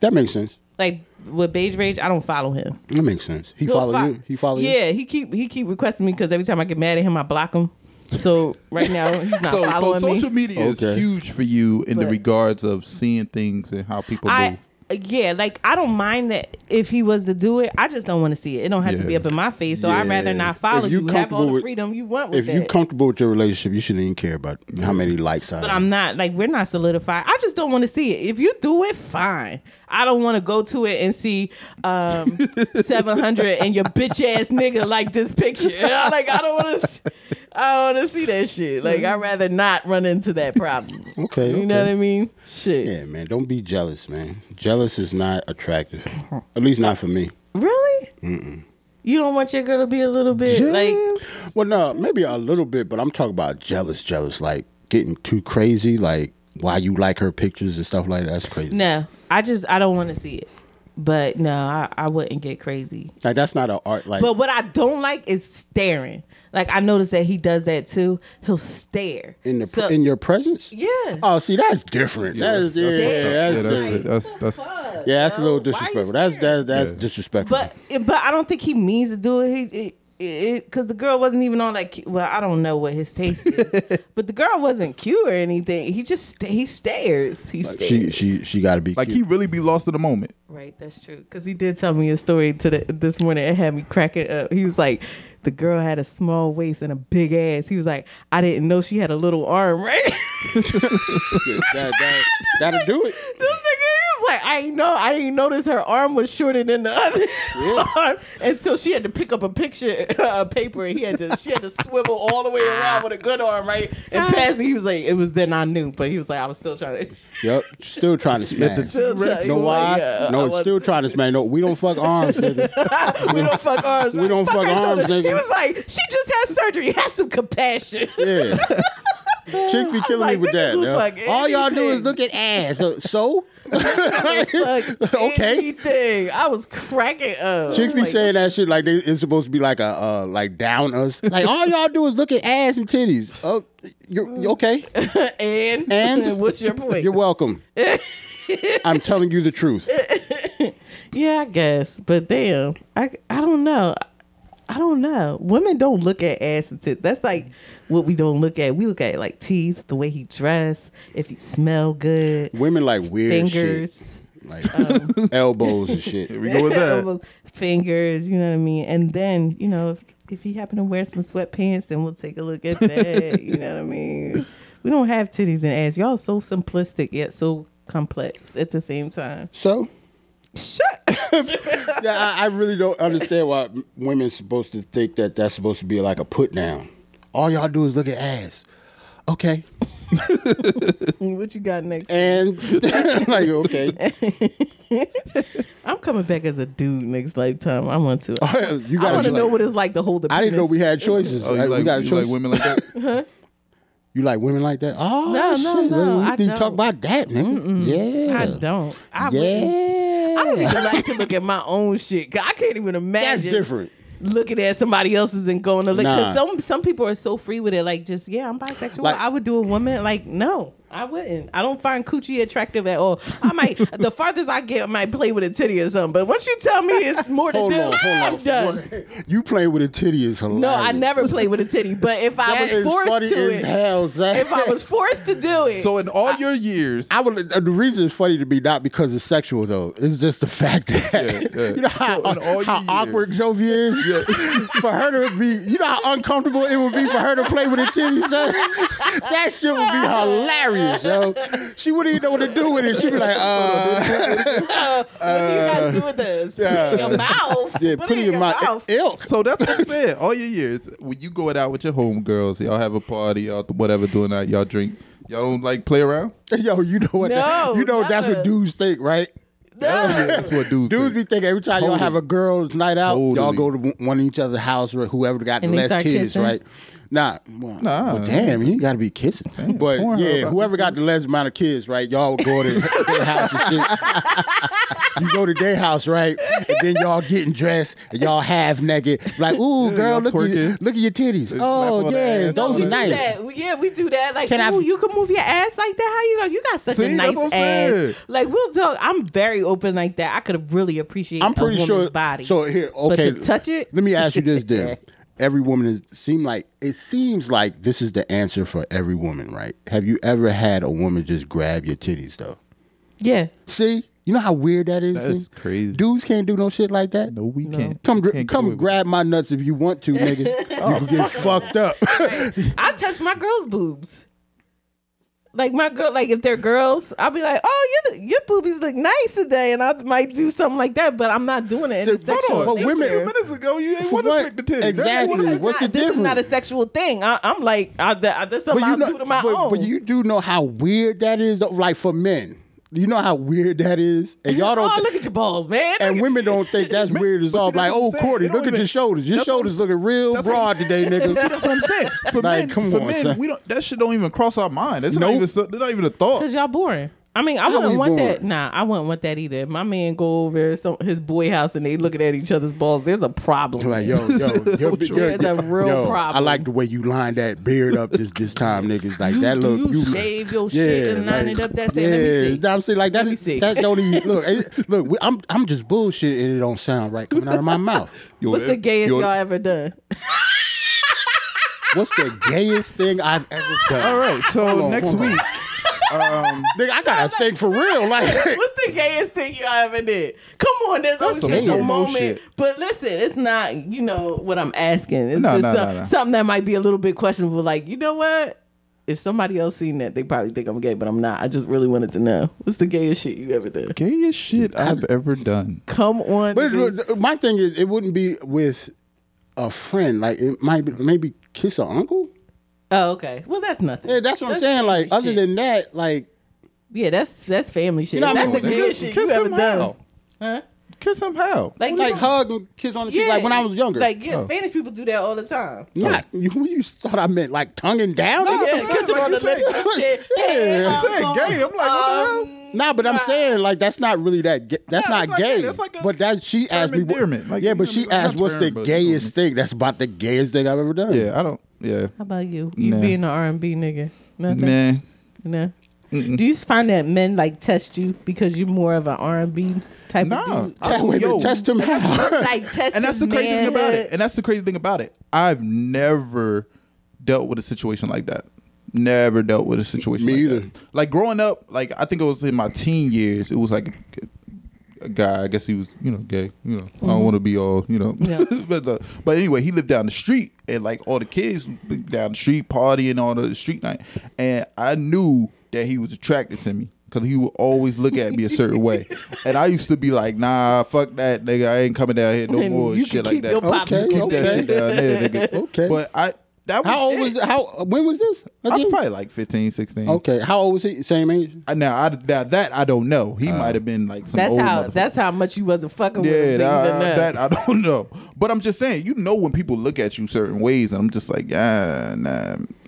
That makes sense. Like with Beige Rage, I don't follow him. That makes sense. He He'll follow fo- you. He follow you. Yeah, he keep he keep requesting me because every time I get mad at him, I block him. So right now he's not so, so following me. social media Okay. is huge for you in the But- regards of seeing things and how people I move. yeah, like I don't mind that if he was to do it. I just don't want to see it. It don't have to be Yeah. up in my face. So I'd rather Yeah. not follow If you you. Have all comfortable the with- freedom you want with If you that. comfortable with your relationship, you shouldn't even care about how many likes I. but I'm not like we're not solidified. I just don't want to see it. If you do it, fine. I don't want to go to it and see um, 700 and your bitch ass nigga like this picture. like I don't want to. I don't want to see that shit. Like I'd rather not run into that problem. Okay, you know okay. what I mean? Shit. Yeah, man. Don't be jealous, man. Jealous is not attractive. At least not for me. Really? You don't want your girl to be a little bit like Well, no, maybe a little bit, but I'm talking about jealous, jealous, like getting too crazy, like why you like her pictures and stuff like that. That's crazy. no. I just I don't want to see it. But no, I, I wouldn't get crazy. Like that's not an art. Like But what I don't like is staring. Like I noticed that he does that too. He'll stare. in the So- in your presence. yeah. Oh, see, that's different. Yeah, that's, yeah, yeah, that's, that's, different. that's, that's, yeah, that's a little Yo, why you disrespectful. That's that's staring? that's Yeah. disrespectful. But but I don't think he means to do it. He it- it because the girl wasn't even on like cu- well I don't know what his taste is, but the girl wasn't cute or anything. He just sta- he stares. He stares. she she she got to be like he cute. really be lost in the moment. Right, that's true. Because he did tell me a story to the, this morning. It had me cracking up. He was like, "The girl had a small waist and a big ass." He was like, "I didn't know she had a little arm." Right? that, that, that'll do it. this nigga is like, "I ain't know. I ain't noticed her arm was shorter than the other arm until she had to pick up a picture, a paper, and he had to she had to swivel all the way around with a good arm, right? And pass. it. He was like, "It was then I knew," but he was like, "I was still trying to." Yep, still trying to Let the smash. Still trying- T-Rex You No, know why? Yeah, I no, was- still trying to smash. No, we don't fuck arms. Nigga. we don't fuck arms. We don't fuck her arms, shoulder. nigga. He was like, she just had surgery. Have some compassion. Yeah. Chicks be killing like, me with this that. is yo. fucking All y'all do is anything. look at ass. So, so? Fuck Okay. Anything. I was cracking up. chicks be Like, saying that shit like they it's supposed to be like a uh, like down us. Like all y'all do is look at ass and titties. Oh, you you okay? and And- what's your point? You're welcome. I'm telling you the truth. yeah, I guess. But damn, I I don't know. I don't know. Women don't look at ass and tits. That's like what we don't look at. We look at like teeth, the way he dressed, if he smell good, Women like weird fingers. shit, like elbows and shit. We go with that. elbows, fingers, you know what I mean? And then, you know, if if he happen to wear some sweatpants, then we'll take a look at that. you know what I mean? We don't have titties and ass. Y'all so simplistic yet so complex at the same time. So. Shut. yeah, I, I really don't understand why women supposed to think that that's supposed to be like a put down. All y'all do is look at ass. Okay, What you got next? and like okay, I'm coming back as a dude next lifetime. I want to. I Oh, you got. want to to know what it's like to hold a I didn't know we penis. had choices. Oh, you Like, like, we got you choices. like women like that? You like women like that? Oh No, no, shit. no, We I didn't don't. talk about that, nigga. Yeah, I don't. I wouldn't. yeah. I don't even like to look at my own shit. 'Cause I can't even imagine. That's different. looking at somebody else's and going to look. Nah. Because some some people are so free with it, like just yeah, I'm bisexual. Like- I would do a woman. Like no, I wouldn't. I don't find coochie attractive at all. I might the farthest I get, I might play with a titty or something. But once you tell me it's more to Hold do, on, I'm hold on. done. You playing with a titty is hilarious. No, I never play with a titty. But if I That was is forced funny to as it, hell, Zach. if I was forced to do it, So in all your years, I would. uh, The reason it's funny to me not because it's sexual though. It's just the fact that you know how, So in all how your awkward Jovi is. for her to be, you know how uncomfortable it would be for her to play with a titty. Son? that shit would be hilarious, yo. She wouldn't even know what to do with it. She'd be like, uh, what do you guys do with this? Put it in your mouth. yeah, put it in your mouth. Ilk. so that's what I'm saying. All your years, when you go out with your homegirls, y'all have a party, y'all whatever doing that, y'all drink, y'all don't like play around. Yo, you know what? that- No, you know that's never. what dudes think, right? Yeah, that's what dudes. Dudes think. be thinking every time y'all Totally. have a girls' night out, y'all Totally. go to w- one of each other's house or whoever got And they less start kids, kissing? right? Nah, well, Nah. well, damn, you gotta be kissing. but Pornhub yeah, out whoever got the less amount of kids, right? Y'all go to their house and shit. You go to their house, right? And then y'all getting dressed and y'all half naked. Like, ooh, girl, y'all look at, your, twerking. look at your titties. oh, on the yeah, ass, those all are We do nice. that. We- Yeah, we do that. Like, Can I- ooh, you can move your ass like that. How you go? You got such See, a that's nice what I'm saying. ass. Like, we'll talk. I'm very open like that. I could really appreciate. I'm pretty a woman's sure. Body. So here, okay, But to touch it, Let me ask you this: then every woman is seem like it seems like this is the answer for every woman, right? Have you ever had a woman just grab your titties though? yeah. See, You know how weird that is. That is G? crazy. Dudes can't do no shit like that. No, we can't. Come, Can't dr- get away come with grab my nuts if you want to, nigga. Oh, you can get fucked up. I touch my girls' boobs. Like my girl, like if they're girls, I'll be like, "Oh, your your boobies look nice today," and I might do something like that, but I'm not doing it in a So, hold sexual. on, but nature. women- Two minutes ago, you ain't For want to what? pick the titty. Exactly. It's What's not- the This is not a difference? sexual thing. I, I'm like, I, I, this is But something you I know, do to my but, own. but you do know how weird that is, though. Like for men, you know how weird that is, and y'all don't. oh, look at your balls, man. and Look at- women don't think that's weird as but all. see, that's Like, what I'm oh, saying. Cordy, It don't look at even- your shoulders. Your that's what I'm- shoulders looking real that's what I'm broad today, See, niggas. that's what I'm saying. For Like, men, come for on, men, son. we don't. That shit don't even cross our mind. It's Nope. not even. It's not even a thought. Cause y'all boring. I mean, I How we wouldn't want that. boring? Nah, I wouldn't want that either. If my man go over some his boy house and they looking at each other's balls, there's a problem. Like, yo, yo, yo, yo, There's a real yo, I problem. like the way you lined that beard up this this time, niggas. Like that do look. you shave your shit and line it up that same? Let me Yeah, see. that- I'm saying like that. Let me is- see. That don't even look. it- look, we, I'm I'm just bullshitting and it don't sound right coming out of my mouth. Yo, What's the that- gayest yo, y'all ever done? What's the gayest thing I've ever done? All right, Hold so on, next hold on. week, um, nigga, I gotta think for real. Like, What's the gayest thing you ever did? Come on, there's always some a homo moment. shit. But listen, it's not, you know, what I'm asking. It's No, just no, some- no, no. something that might be a little bit questionable. Like, you know what? If somebody else seen that, they probably think I'm gay, but I'm not. I just really wanted to know. What's the gayest shit you ever did? gayest shit I've ever done. Come on. But this- it- uh, my thing is, it wouldn't be with a friend. Like it might be, maybe kiss an uncle. oh, okay. Well, that's nothing. Yeah, that's what I'm saying. family Like other shit. than that, like yeah, that's that's family shit. know what I that's mean? the gayest shit you ever done. how? Kiss him how? Like, like you know- hug and kiss on the cheek. Like when I was younger. Like yeah, Spanish people do that all the time. not you, you thought I meant like tongue and down. Nah, Yeah, I'm saying, kiss them like on you the said- lips and shit. Yeah, I'm saying um, gay. I'm like, what the hell? um, Nah, but I'm saying like that's not really that. Ga- that's Yeah, not it's like- gay. it's like a but that she term asked me. what- endearment. Like, yeah, you but know she what I mean? Like, asked, not "What's the term, but you know what I gayest thing?" That's about the gayest thing I've ever done. Yeah, I don't. Yeah, How about you? You Nah. being an R and B nigga? Nothing. man. Nah. Do you find that men like test you because you're more of an R and B type Nah, of dude? I- That way Yo. to test him out. Like test and that's the his crazy thing about manhood? it. And that's the crazy thing about it. I've never dealt with a situation like that. Never dealt with a situation. Me like either. that. Like growing up, like I think it was in my teen years. It was like a, a guy. I guess he was, you know, gay. You know, I don't want to be all, you know. Yeah. but, uh, but anyway, he lived down the street, and like all the kids lived down the street partying on the street night, and I knew that he was attracted to me. Cause he would always look at me a certain way, and I used to be like, "Nah, fuck that, nigga. I ain't coming down here no And more." and you shit can like keep that. your pops Okay, keep that okay. shit down there, nigga. Okay. But I, that was how old it. was how? When was this? I was again? probably like 15, 16. Okay, how old was he? Same age. I- Now, I, now that I don't know. He might have been like some Uh, That's old how. motherfucker. That's how much you wasn't fucking with yeah, him. till you that, done that. that I don't know. But I'm just saying, you know, when people look at you certain ways, and I'm just like, ah, nah,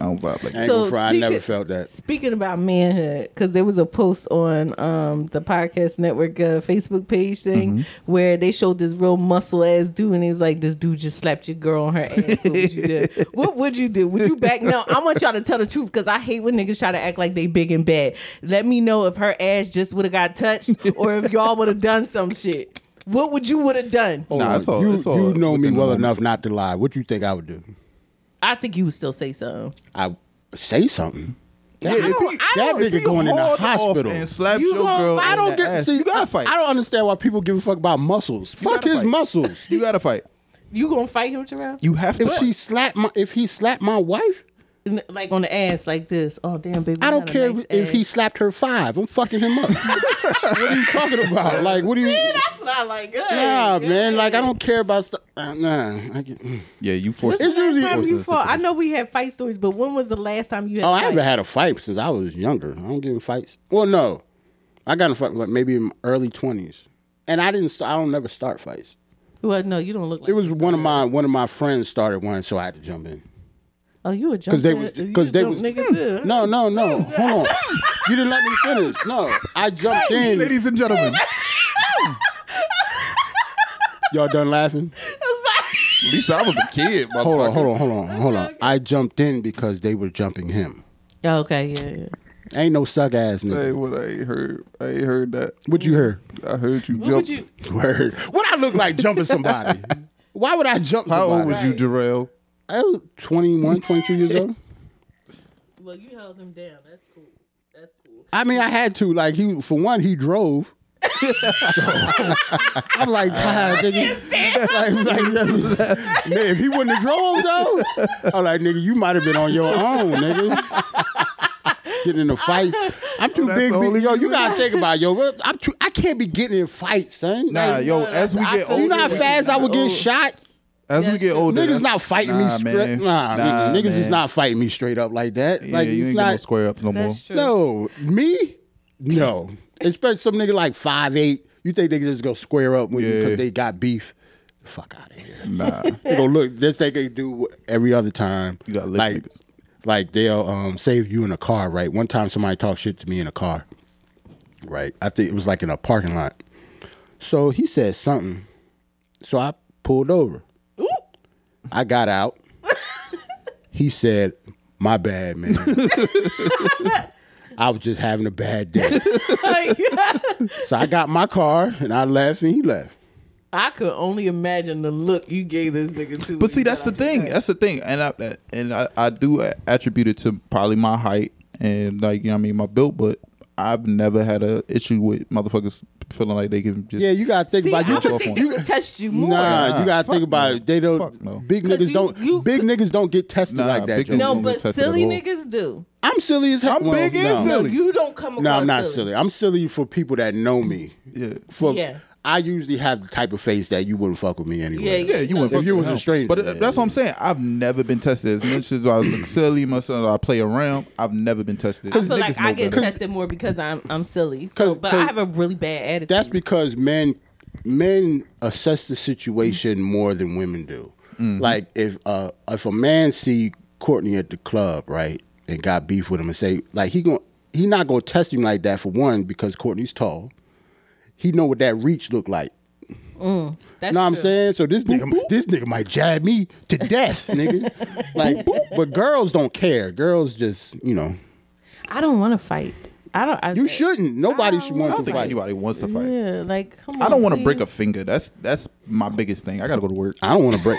I don't vibe like that. Ain't gonna fry, I never speaking- felt that. Speaking about manhood, because there was a post on um, the podcast network uh, Facebook page thing Mm-hmm. where they showed this real muscle ass dude, and he was like, "This dude just slapped your girl on her ass. What would you do? what would you do? Would you back? No, I want y'all to tell the truth because I hate when niggas try to act like they big and bad. Let me know if her ass just would have got touched, or if y'all would have done some shit. What would you would have done? Hold Nah, on. it's all- Oh, you, it's all you know me within the well moment. enough not to lie. What you think I would do? I think you would still say something. I say something. Yeah, if don't- he- I that don't- if he nigga going in the hauled off hospital. and slapped You your gon- girl. I in don't the get- ass, See, you gotta fight. I don't understand why people give a fuck about muscles. You fuck gotta his fight. muscles. You gotta fight. You gonna fight him, Jarrell? You have to. If she slapped my, if he slapped my wife, N- like on the ass like this. Oh damn, baby. I you don't got a care nice if he ass. slapped her five. I'm fucking him up. what are you talking about? Like, what are you? That's not like good. Nah, man. Like, I don't care about stuff. Uh, nah. I get, mm. yeah, you forced. It's usually- Last time What's you the fought, I know we had fight stories, but when was the last time you had? Oh, a I fight? haven't had a fight since I was younger. I don't get in fights. Well, no, I got in a fight like maybe in my early twenties, and I didn't. St- I don't never start fights. Well, no, you don't look like. It was this. one of my one of my friends started one, so I had to jump in. Oh, you a Cause jump? they was, you cause a they jump was. Hmm. Nigga too. No, no, no. Hold on. You didn't let me finish. No, I jumped in. Ladies and gentlemen, Y'all done laughing? at least I was a kid. Hold on, motherfucker. hold on, hold on, hold on. I jumped in because they were jumping him. Yeah, Oh, okay, yeah, yeah. Ain't no suck ass nigga. Hey, what I ain't heard, I ain't heard that. What you heard? I heard you What would jump. you? Word. What I look like jumping somebody? Why would I jump? How old somebody? was you, Jarrell? I was 21, 22 years old. Well, you held him down. That's cool. That's cool. I mean, I had to. Like he, for one, he drove. I'm like, God, nigga. Like, like, that was- man, if he wouldn't have drove though, I'm like, nigga, you might have been on your own, nigga. Getting in a fight. I'm too that's big, the only big. Yo, you reason. gotta think about it, yo. I'm too. I can't be getting in fights, son. Nah, Like, yo, as we I- get you older, know how fast I would get shot. As we get older, Niggas that's- not fighting nah, me straight. man. Nah, nigga, niggas is man. not fighting me straight up like that. Yeah, like you it's ain't not getting no square ups no more. That's true. No, me? No. Especially some nigga like five eight. You think they can just go square up with you Yeah. because they got beef? Fuck out of here. Nah, They go look. This they can do every other time. You gotta lick like, niggas. like they'll um, save you in a car. Right. One time somebody talked shit to me in a car. Right. I think it was like in a parking lot. So he said something. So I pulled over. I got out. he said, "My bad, man. I was just having a bad day." So I got my car and I left, and he left. I could only imagine the look you gave this nigga to. But see, that's the thing. That's the thing, and I that- and I, I do attribute it to probably my height and like you know what I mean my build, but I've never had a issue with motherfuckers feeling like they can just Yeah, you gotta think See, about I you. would talk think on. they would test you more. Nah, you gotta Fuck think about no. it. They don't. Fuck no. Big niggas you- don't. you- big niggas don't get tested Nah, like that. big Joe. niggas No, don't but get tested silly at all. niggas do. I'm silly as hell. I'm big and no. silly. You don't come across. No, I'm not silly. I'm silly for people that know me. Yeah. For Yeah. I usually have the type of face that you wouldn't fuck with me anyway. Yeah, Yeah, you wouldn't If fuck you with was a him. stranger, But yeah, that's what I'm saying. I've never been tested. As much as I look silly, much as I play around, I've never been tested. I feel like Niggas know I get better. tested more because I'm I'm silly. So, 'Cause- but 'cause I have a really bad attitude. That's because men men assess the situation more than women do. Like if uh if a man see Courtney at the club, right, and got beef with him and say like he going he not gonna test him like that for one because Courtney's tall. He know what that reach look like. That's know what I'm true. saying? So this nigga, this nigga might jab me to death, nigga. Like, but girls don't care. Girls just, you know, I don't want to fight. I don't. I, you shouldn't. Nobody should I want don't to think fight. anybody wants to fight. Yeah, like come on. I don't want to break a please. finger. That's that's my biggest thing. I gotta go to work. I don't want to break.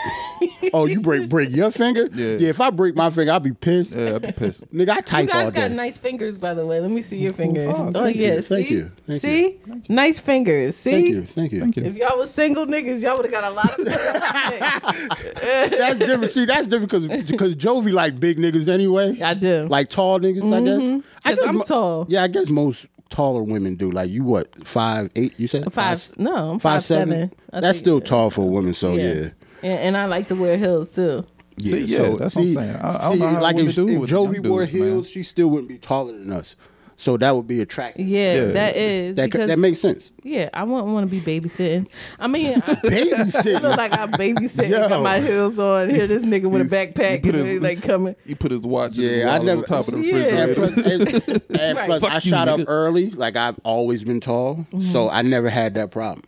oh, you break break your finger? Yeah. If I break my finger, I'll be pissed. Yeah, I'd be pissed. Nigga, I You type all guys day. got nice fingers, by the way. Let me see your fingers. Oh, Oh, thank you. yeah, Thank see? you. Thank you. see, nice fingers. See, Thank you. Thank you. Thank you. if y'all was single niggas, y'all would have got a lot of. That's different. See, that's different because because Jovi like big niggas anyway. I do. Like tall niggas, I guess. I 'Cause guess I'm mo- tall. Yeah, I guess most taller women do. Like you, what five eight? You said Five- no, I'm five five seven. I That's think- still tall for a woman. So yeah. yeah. And, and I like to wear heels too. Yeah, See, yeah, that's what I'm saying. I- I don't know how like women if, do if with Jovi young wore dudes, man. heels, she still wouldn't be taller than us. So that would be attractive. Yeah, Yeah. that is that because that makes sense. yeah. I wouldn't want to be babysitting. I mean, I, I Babysitting. look like I'm babysitting. Yo. Got my heels on. Here, this nigga with a backpack put and his- he like coming. He put his watch. Yeah, I Yeah, I never- on top of the Yeah. And refrigerator. plus, and- and plus, Fuck I you, shot up nigga. early. Like I've always been tall, so I never had that problem.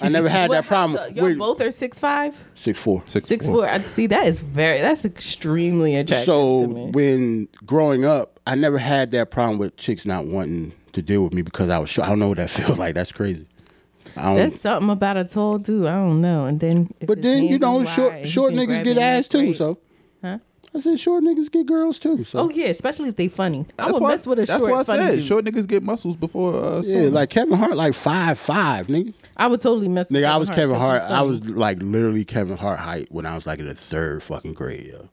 I never Mm-hmm. had What, that how problem. tall- Y'all with- both are six five, six four. six four. I see. That is very. That's extremely attractive So to me. when growing up, I never had that problem with chicks not wanting to deal with me because I was short. I don't know what that feels like. That's crazy. I don't, There's something about a tall dude. I don't know. And then, if um, but his then you hands know, is wide, short he short can niggas grab get your hands ass too. great. So I said short niggas get girls too. So Oh yeah, especially if they funny. I would mess with a that's short why I funny said dude. short niggas get muscles before. Uh, yeah, summer. like Kevin Hart, like five five nigga. I would totally mess with Nigga, I was Kevin 'cause Hart. he's I funny. was like literally Kevin Hart height when I was like in the third fucking grade. Yo,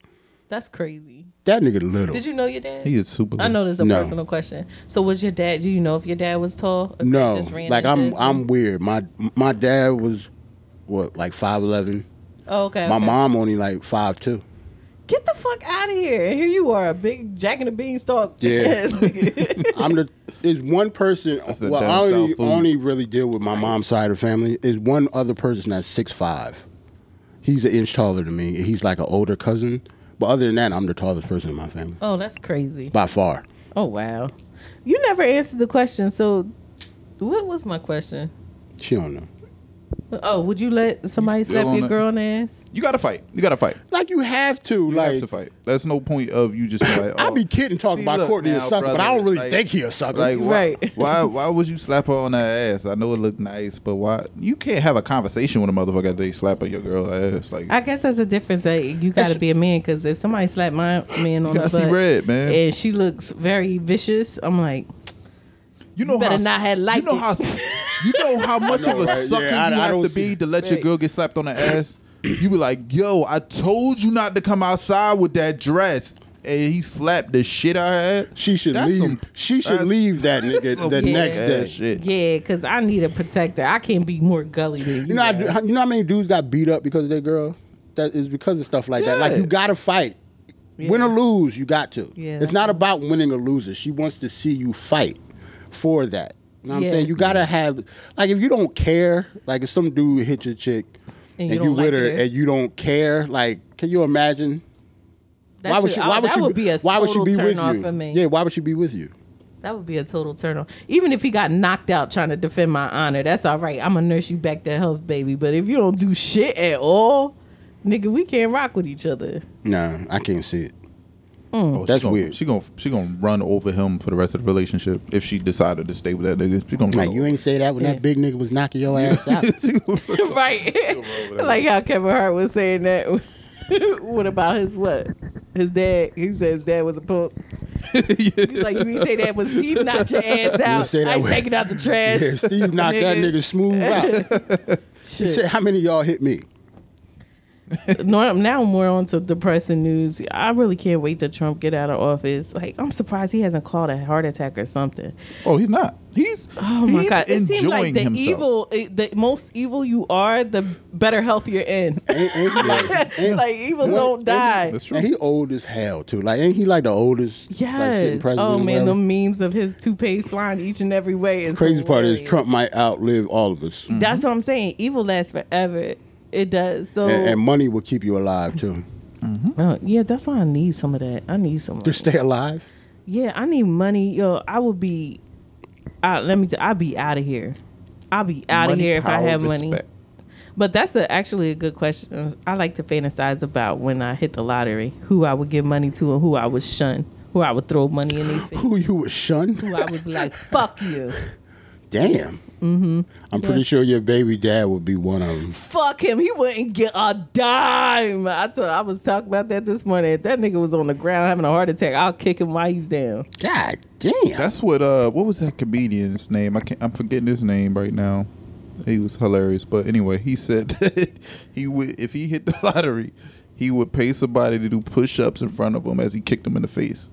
That's crazy. that nigga little. Did you know your dad? he is super. I know this is a No. personal question. So was your dad? Do you know if your dad was tall? If no, they just ran like I'm into- I'm weird. My my dad was what like five eleven. Oh, okay. My okay. mom only like five two. Get the fuck out of here! And Here you are, a big Jack and the Beanstalk. Yeah. nigga. I'm the is one person. the well, I down south only, food. only really deal with my mom's side of the family. Is one other person that's six five. He's an inch taller than me. He's like an older cousin. But other than that, I'm the tallest person in my family oh, that's crazy. by far. Oh wow, you never answered the question. So, what was my question? She don't know. Oh, would you let somebody still slap on your it. girl in the ass? You gotta fight. You gotta fight. Like you have to. You like have to fight. That's no point of you just like. I oh. be kidding talking See, about look Courtney a now, sucker, but I brother, don't really like- think he a sucker. Like why, Right. why? Why would you slap her on her ass? I know it looked nice, but why? You can't have a conversation with a motherfucker after they slap on your girl's ass. Like I guess that's a difference that you got to be a man because if somebody slapped my man on the gotta butt see red, man. and she looks very vicious, I'm like, you know better how not have liked you know it. how You know how much know, of a right? sucker Yeah, I- you I have don't to see- be to let your girl get slapped on the ass. You be like, "Yo, I told you not to come outside with that dress," and he slapped the shit out of her. She should That's leave. some- she should that's- leave that that's nigga the some next bull-ass day. Shit. Yeah, because I need a protector. I can't be more gully than you. You know, I, are. do- you know how many dudes got beat up because of their girl? That is because of stuff like that. Like Yeah. you got to fight, win or lose. You got to. Yeah. It's not about winning or losing. She wants to see you fight for that. You know what Yeah. I'm saying? You gotta have like if you don't care, like if some dude hit your chick And and, you you, don't with like her it. and you don't care, like can you imagine? That should- oh, that she would be a why would she total be with turn-off you? for me. Yeah, why would she be with you? That would be a total turn off. Even if he got knocked out trying to defend my honor, that's all right. I'm gonna nurse you back to health, baby. But if you don't do shit at all, nigga, we can't rock with each other. Nah, I can't see it. Oh, That's she gonna, weird. She gonna she gonna run over him for the rest of the relationship if she decided to stay with that nigga. She gonna run Like you ain't say that when Yeah. that big nigga was knocking your ass out. over- right? like how Kevin Hart was saying that. what about his what? His dad? He said his dad was a punk. He's like, you ain't say that was he knocked your ass out. say that I ain't was- taking out the trash. Yeah, Steve knocked that nigga smooth out. He Shit. said, "How many of y'all hit me?" No, now more on to depressing news. I really can't wait to Trump get out of office. Like, I'm surprised he hasn't called a heart attack or something. oh, he's not. He's Oh my he's god! It seems enjoying like the himself. evil, eh, the most evil you are, the better health you're in. Ain't, ain't he like, ain't- like evil What? don't die. That's true. and he old as hell too. Like, ain't he like the oldest? like, sitting Yes. president oh or man, the whatever? memes of his toupee flying each and every way is crazy part is hilarious. Trump Mm-hmm. might outlive all of us, That's what I'm saying. Evil lasts forever. It does. So and, and money will keep you alive too. Uh, yeah, that's why I need some of that. I need some. Of To that. stay alive, Yeah, I need money, yo. I would be. I, let me. T- I'd be out of here. I'll be out of Money, here if I power, have money. respect. But that's a, actually a good question. I like to fantasize about when I hit the lottery, who I would give money to and who I would shun, who I would throw money in their face, who you would shun? who I would be like, "Fuck you, Damn. Mm-hmm. I'm pretty sure your baby dad would be one of them. fuck him." He wouldn't get a dime. I told, I was talking about that this morning. If that nigga was on the ground having a heart attack, I'll kick him while he's down. God damn. That's what uh what was that comedian's name? I can't I'm forgetting his name right now. He was hilarious. But anyway, he said that he would if he hit the lottery, he would pay somebody to do push ups in front of him as he kicked him in the face.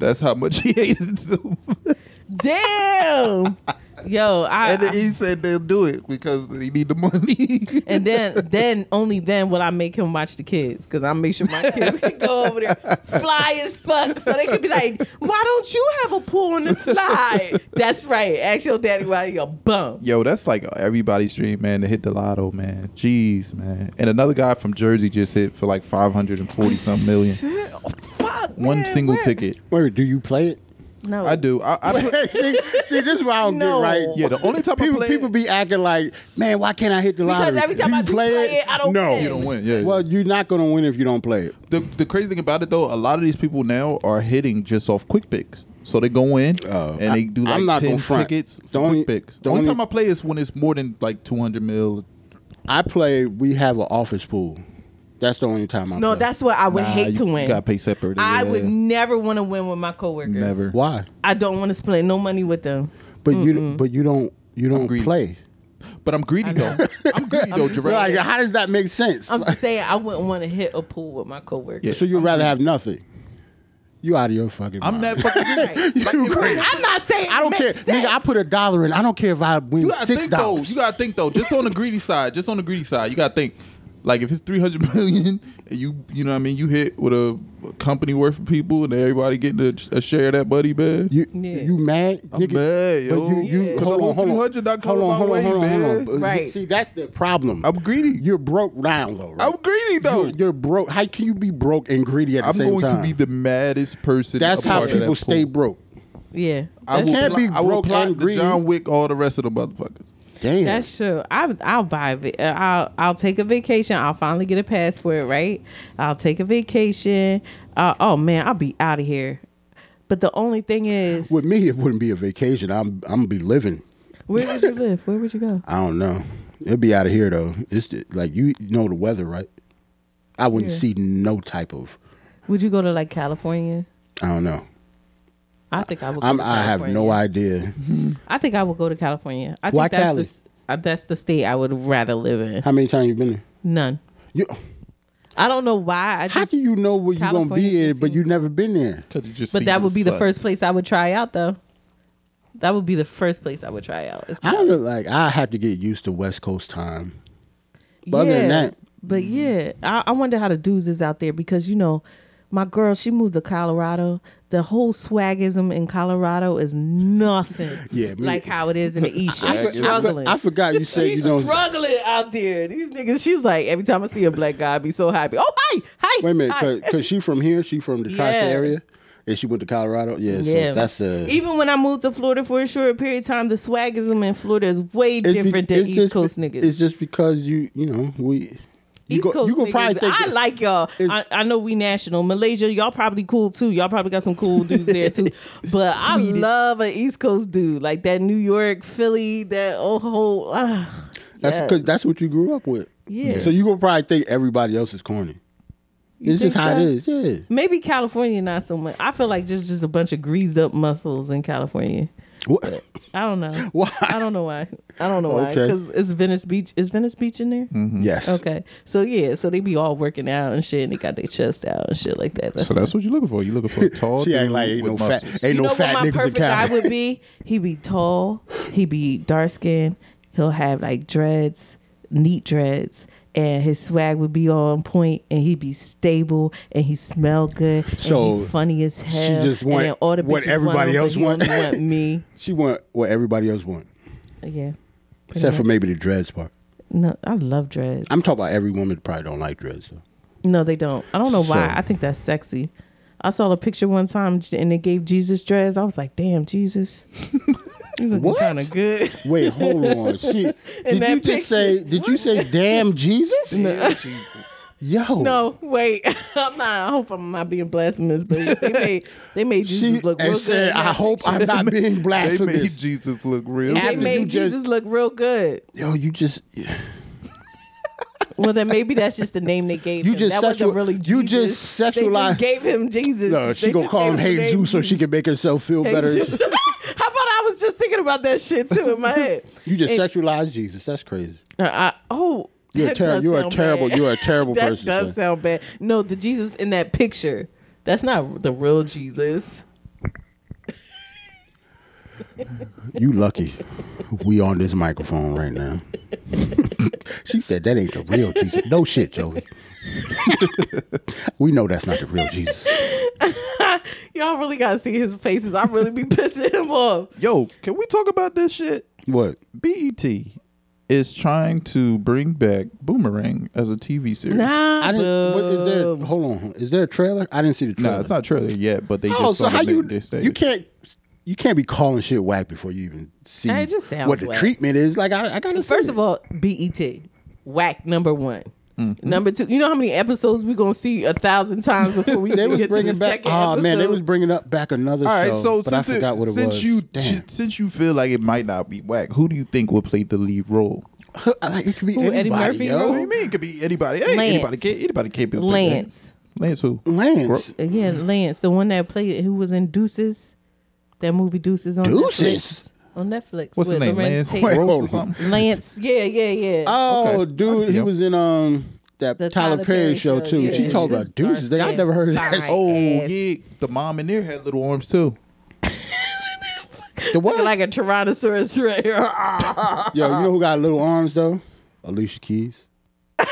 That's how much he hated him. Damn, yo, I. and he said they'll do it because they need the money. And then, then only then will I make him watch the kids because I make sure my kids can go over there fly as fuck, so they could be like, "Why don't you have a pool on the slide?" That's right. Ask your daddy why you're bum. Yo, that's like everybody's dream, man, to hit the lotto, man. Jeez, man. And another guy from Jersey just hit for like 540 some million. Fuck. One man, single what? ticket. Wait, do you play it? No, I do. I, I put- see, see, this is why I don't No. get right. Yeah, the only time I people, play people it- be acting like, man, why can't I hit the Because lottery? every time You I do play it, I don't No, win. You don't win. Yeah. Well, you're not gonna win if you don't play it. the the crazy thing about it though, a lot of these people now are hitting just off quick picks. So they go in Oh. and they do I- like I'm not ten gonna front. tickets The for only- quick picks. the The only, only- time I play is when it's more than like two hundred mil. I play. We have an office pool. That's the only time I. no, play. that's what I would Nah, hate you- to you win. gotta pay separate, I yeah. would never want to win with my coworkers. Never. why. I don't want to split no money with them. But you, but you don't, you don't greedy. play. But I'm greedy though. I'm greedy though, just Jarrell. saying. Like, how does that make sense? I'm Like, just saying I wouldn't want to hit a pool with my coworkers. Yeah. so you'd rather have nothing. You out of your fucking. I'm mind. not fucking greedy. Like, if- I'm not saying I don't it care, makes nigga. I sense. put a dollar in. I don't care if I win You gotta six think though. dollars. You gotta think though. Just on the greedy side, just on the greedy side, you gotta think. Like if it's three hundred million, and you you know what I mean, you hit with a company worth of people, and everybody getting a, a share of that buddy bed. You, Yeah. you mad? Nigga? mad, But yo. you, you Yeah. hold, The on, hold, on, $300 not hold coming on, my hold on, way, hold on, hold man. on. Right. See, that's the problem. I'm greedy. You're broke down though. Right? I'm greedy though. You're, you're broke. How can you be broke and greedy at the I'm same going to time? be the maddest person. That's a how part of that people stay pool. broke. Yeah, I that's will, Can't pl- be I will broke plot and the greedy. John Wick all the rest of the motherfuckers. Damn. That's true. I I'll buy a va- uh, I'll I'll take a vacation. I'll finally get a passport, right? I'll take a vacation. Uh, oh man, I'll be out of here. But the only thing is, With me, it wouldn't be a vacation. I'm I'm gonna be living. where would you live? Where would you go? I don't know. It'd be out of here though. It's like you know the weather, right? I wouldn't Yeah. see no type of. Would you go to like California? I don't know. I think I would. Go I'm, to I have California. no idea. I think I would go to California. I Why think that's Cali? The, s- uh, that's the state I would rather live in. How many times you been there? None. You, I don't know why. I how just, do you know where you're gonna California be in, just but seems- you never been there? but that would be the first place I would try out, though. That would be the first place I would try out. It's I don't Cali. know. Like I have to get used to West Coast time. But other Yeah, than that, mm-hmm. but yeah, I, I wonder how the dudes is out there because you know, my girl she moved to Colorado. The whole swagism in Colorado is nothing. Yeah, me- like how it is in the East. I, She's for- I, for- struggling. I forgot you said She's you know. struggling out there. These niggas. She's like every time I see a black guy, I be so happy. Oh hi, hi. Wait a minute, hi. cause, 'cause she from here. She from the tri Yeah. area, and she went to Colorado. Yeah, so that's a. Even when I moved to Florida for a short period of time, the swagism in Florida is way it's be- different it's than East just- Coast It's niggas. just because you you know we. You East go, Coast you could probably niggas, think I that- like y'all. I, it's- I know we national. Malaysia, y'all probably cool too. Y'all probably got some cool dudes there too. But I love an East Coast dude like that New York, Philly, that old whole. ah, That's yes. because that's what you grew up with. Yeah. So you gonna probably think everybody else is corny. You it's just think how so? it is. Yeah. Maybe California not so much. I feel like there's just a bunch of greased up muscles in California. What? I don't know. Why? I don't know why. I don't know why. Okay. Mm-hmm. Because it's Venice Beach. Is Venice Beach in there? Yes. Okay. So yeah, so they be all working out and shit, and they got their chest out and shit like that. So that's what you're looking for. You're looking for a tall. She ain't dude like ain't no with fat muscles. ain't you no know fat what my niggas in perfect guy Cali. would be? He be tall. He be dark skinned. He'll have like dreads, neat dreads. And his swag would be on point, and he'd be stable, and he smell good, So, and he funny as hell. just and want then all the what bitches want everybody him, but else he want. only want me, She want what everybody else want, yeah. except for maybe the dreads part. No, I love dreads. I'm talking about every woman probably don't like dreads. Though. No, they don't. I don't know why. So- I think that's sexy. I saw a picture one time and they gave Jesus dreads. I was like, damn, Jesus. You looking What? kind of good. Wait, hold on. She, did you that just say? Did you say, "Damn Jesus"? Yo, No, wait. I'm not. I hope I'm not being blasphemous, but they made, they made Jesus She look real and said, good. "I hope I'm not being They blasphemous." made Jesus look real. they After you made just- Jesus look real good. Yo, you just Well, then maybe that's just the name they gave You him. just that sexual- wasn't really Jesus. you just They sexualize- just gave him Jesus. no. She They gonna just call him gave the name Jesus so she Jesus. can make herself feel better. How about I was just thinking about that shit too in my head. You just And- sexualize Jesus. That's crazy. Uh, I, oh, You're a that ter- does you're a sound terrible- bad. you're a terrible that person, does sir. sound bad. No, the Jesus in that picture, that's not the real Jesus. You lucky. We on this microphone right now. she said that ain't the real Jesus. No shit, Joey. we know that's not the real Jesus. Y'all really gotta see his faces. I really be pissing him off. Yo, can we talk about this shit? What? BET is trying to bring back Boomerang as a TV series. Nah, I didn't. What is Um, there? Hold on. Is there a trailer? I didn't see the No, trailer. it's not a trailer yet, but they Oh, just so saw how the you? they say- You can't. You can't be calling shit whack before you even see It just sounds what the whack. treatment is. Like I, I gotta. see First it. of all, BET, whack number one. Mm. Number two, you know how many episodes we gonna see a thousand times before we they even was get to the bringing back. second Oh man, they episode? was bringing up back another. All right, show, so but I since, forgot it, what it since was. you Damn. since you feel like it might not be whack, who do you think will play the lead role? like, it could be Who, Eddie anybody, Murphy yo. What do role? you mean? It could be anybody. Hey, Oh. Lance. anybody can anybody can be Lance. Lance who? Lance. Uh, Yeah, Lance, the one that played who was in Deuces, that movie Deuces on Deuces? Netflix. On Netflix. What's his with name? Lorenz Lance Tate. Gross hold or on. something? Lance. Yeah, yeah, yeah. Oh, Okay. dude, he Yep. was in um that The Tyler, Perry show too. yeah. She talked This about deuces. Thing. dark-skinned I never heard of that. guy. Oh Ass. yeah, the mom in there had little arms too. the what? Looking like a Tyrannosaurus right here. Ah. Yo, you know who got little arms though? Alicia Keys. now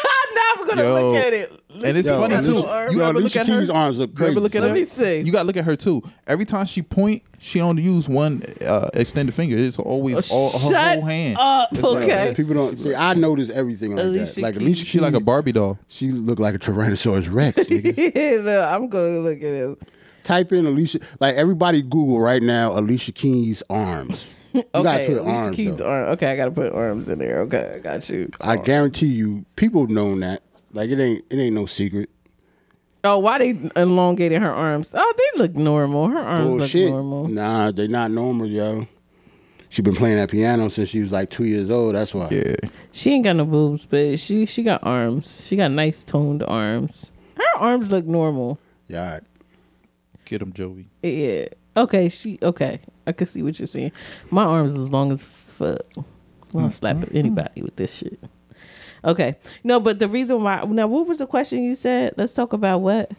we're gonna Yo. look at it. and it's Yo, funny Alicia- too. You Yo, ever look Alicia at her? Keys' arms look You crazy, ever look at son. her? Let me see. You gotta look at her too. Every time she point, she don't use one uh, extended finger. It's always all her Oh, Shut whole hand. up. It's like Okay. this. People don't see. I notice everything like Alicia that. Like Keys. Alicia, She like a Barbie doll. She look like a Tyrannosaurus Rex. Nigga. Yeah, no, I'm gonna look at it. Type in Alicia. Like everybody, Google right now. Alicia Keys arms. You gotta Okay, put Alicia arms. Keys though. arm. Okay, I gotta put arms in there. Okay, I got you. I guarantee you, people known that. Like it ain't. It ain't no secret. Oh, why they elongated her arms? Oh, they look normal. Her arms Bullshit. look normal. Nah, they not normal, yo. She been playing that piano since she was like two years old. That's why. Yeah. She ain't got no boobs, but she she got arms. She got nice toned arms. Her arms look normal. Yeah. Get him, Joey. Yeah. Okay, she okay. I can see what you're saying. My arms as long as fuck. I'm not slapping Mm-hmm. anybody with this shit. Okay, no, but the reason why now, what was the question you said? Let's talk about what.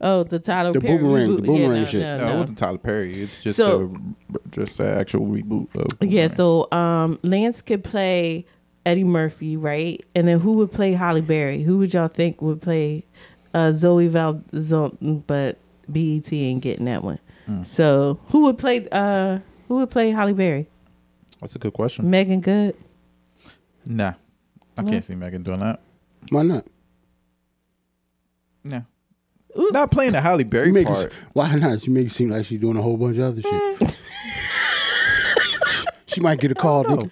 Oh, the title. The boomerang- the boomerang shit. No, it wasn't Tyler Perry. It's just So- the, just the actual reboot. Of Yeah, so um, Lance could play Eddie Murphy, right? And then who would play Holly Berry? Who would y'all think would play uh, Zoe Valzon? But BET ain't getting that one. So who would play? Uh, who would play Holly Berry? That's a good question. Megan Good. Nah, I can't see Megan doing that. Why not? Nah, not playing the Halle Berry You make part. it, why not? You make it seem like she's doing a whole bunch of other Eh. shit. she might get a call. nigga.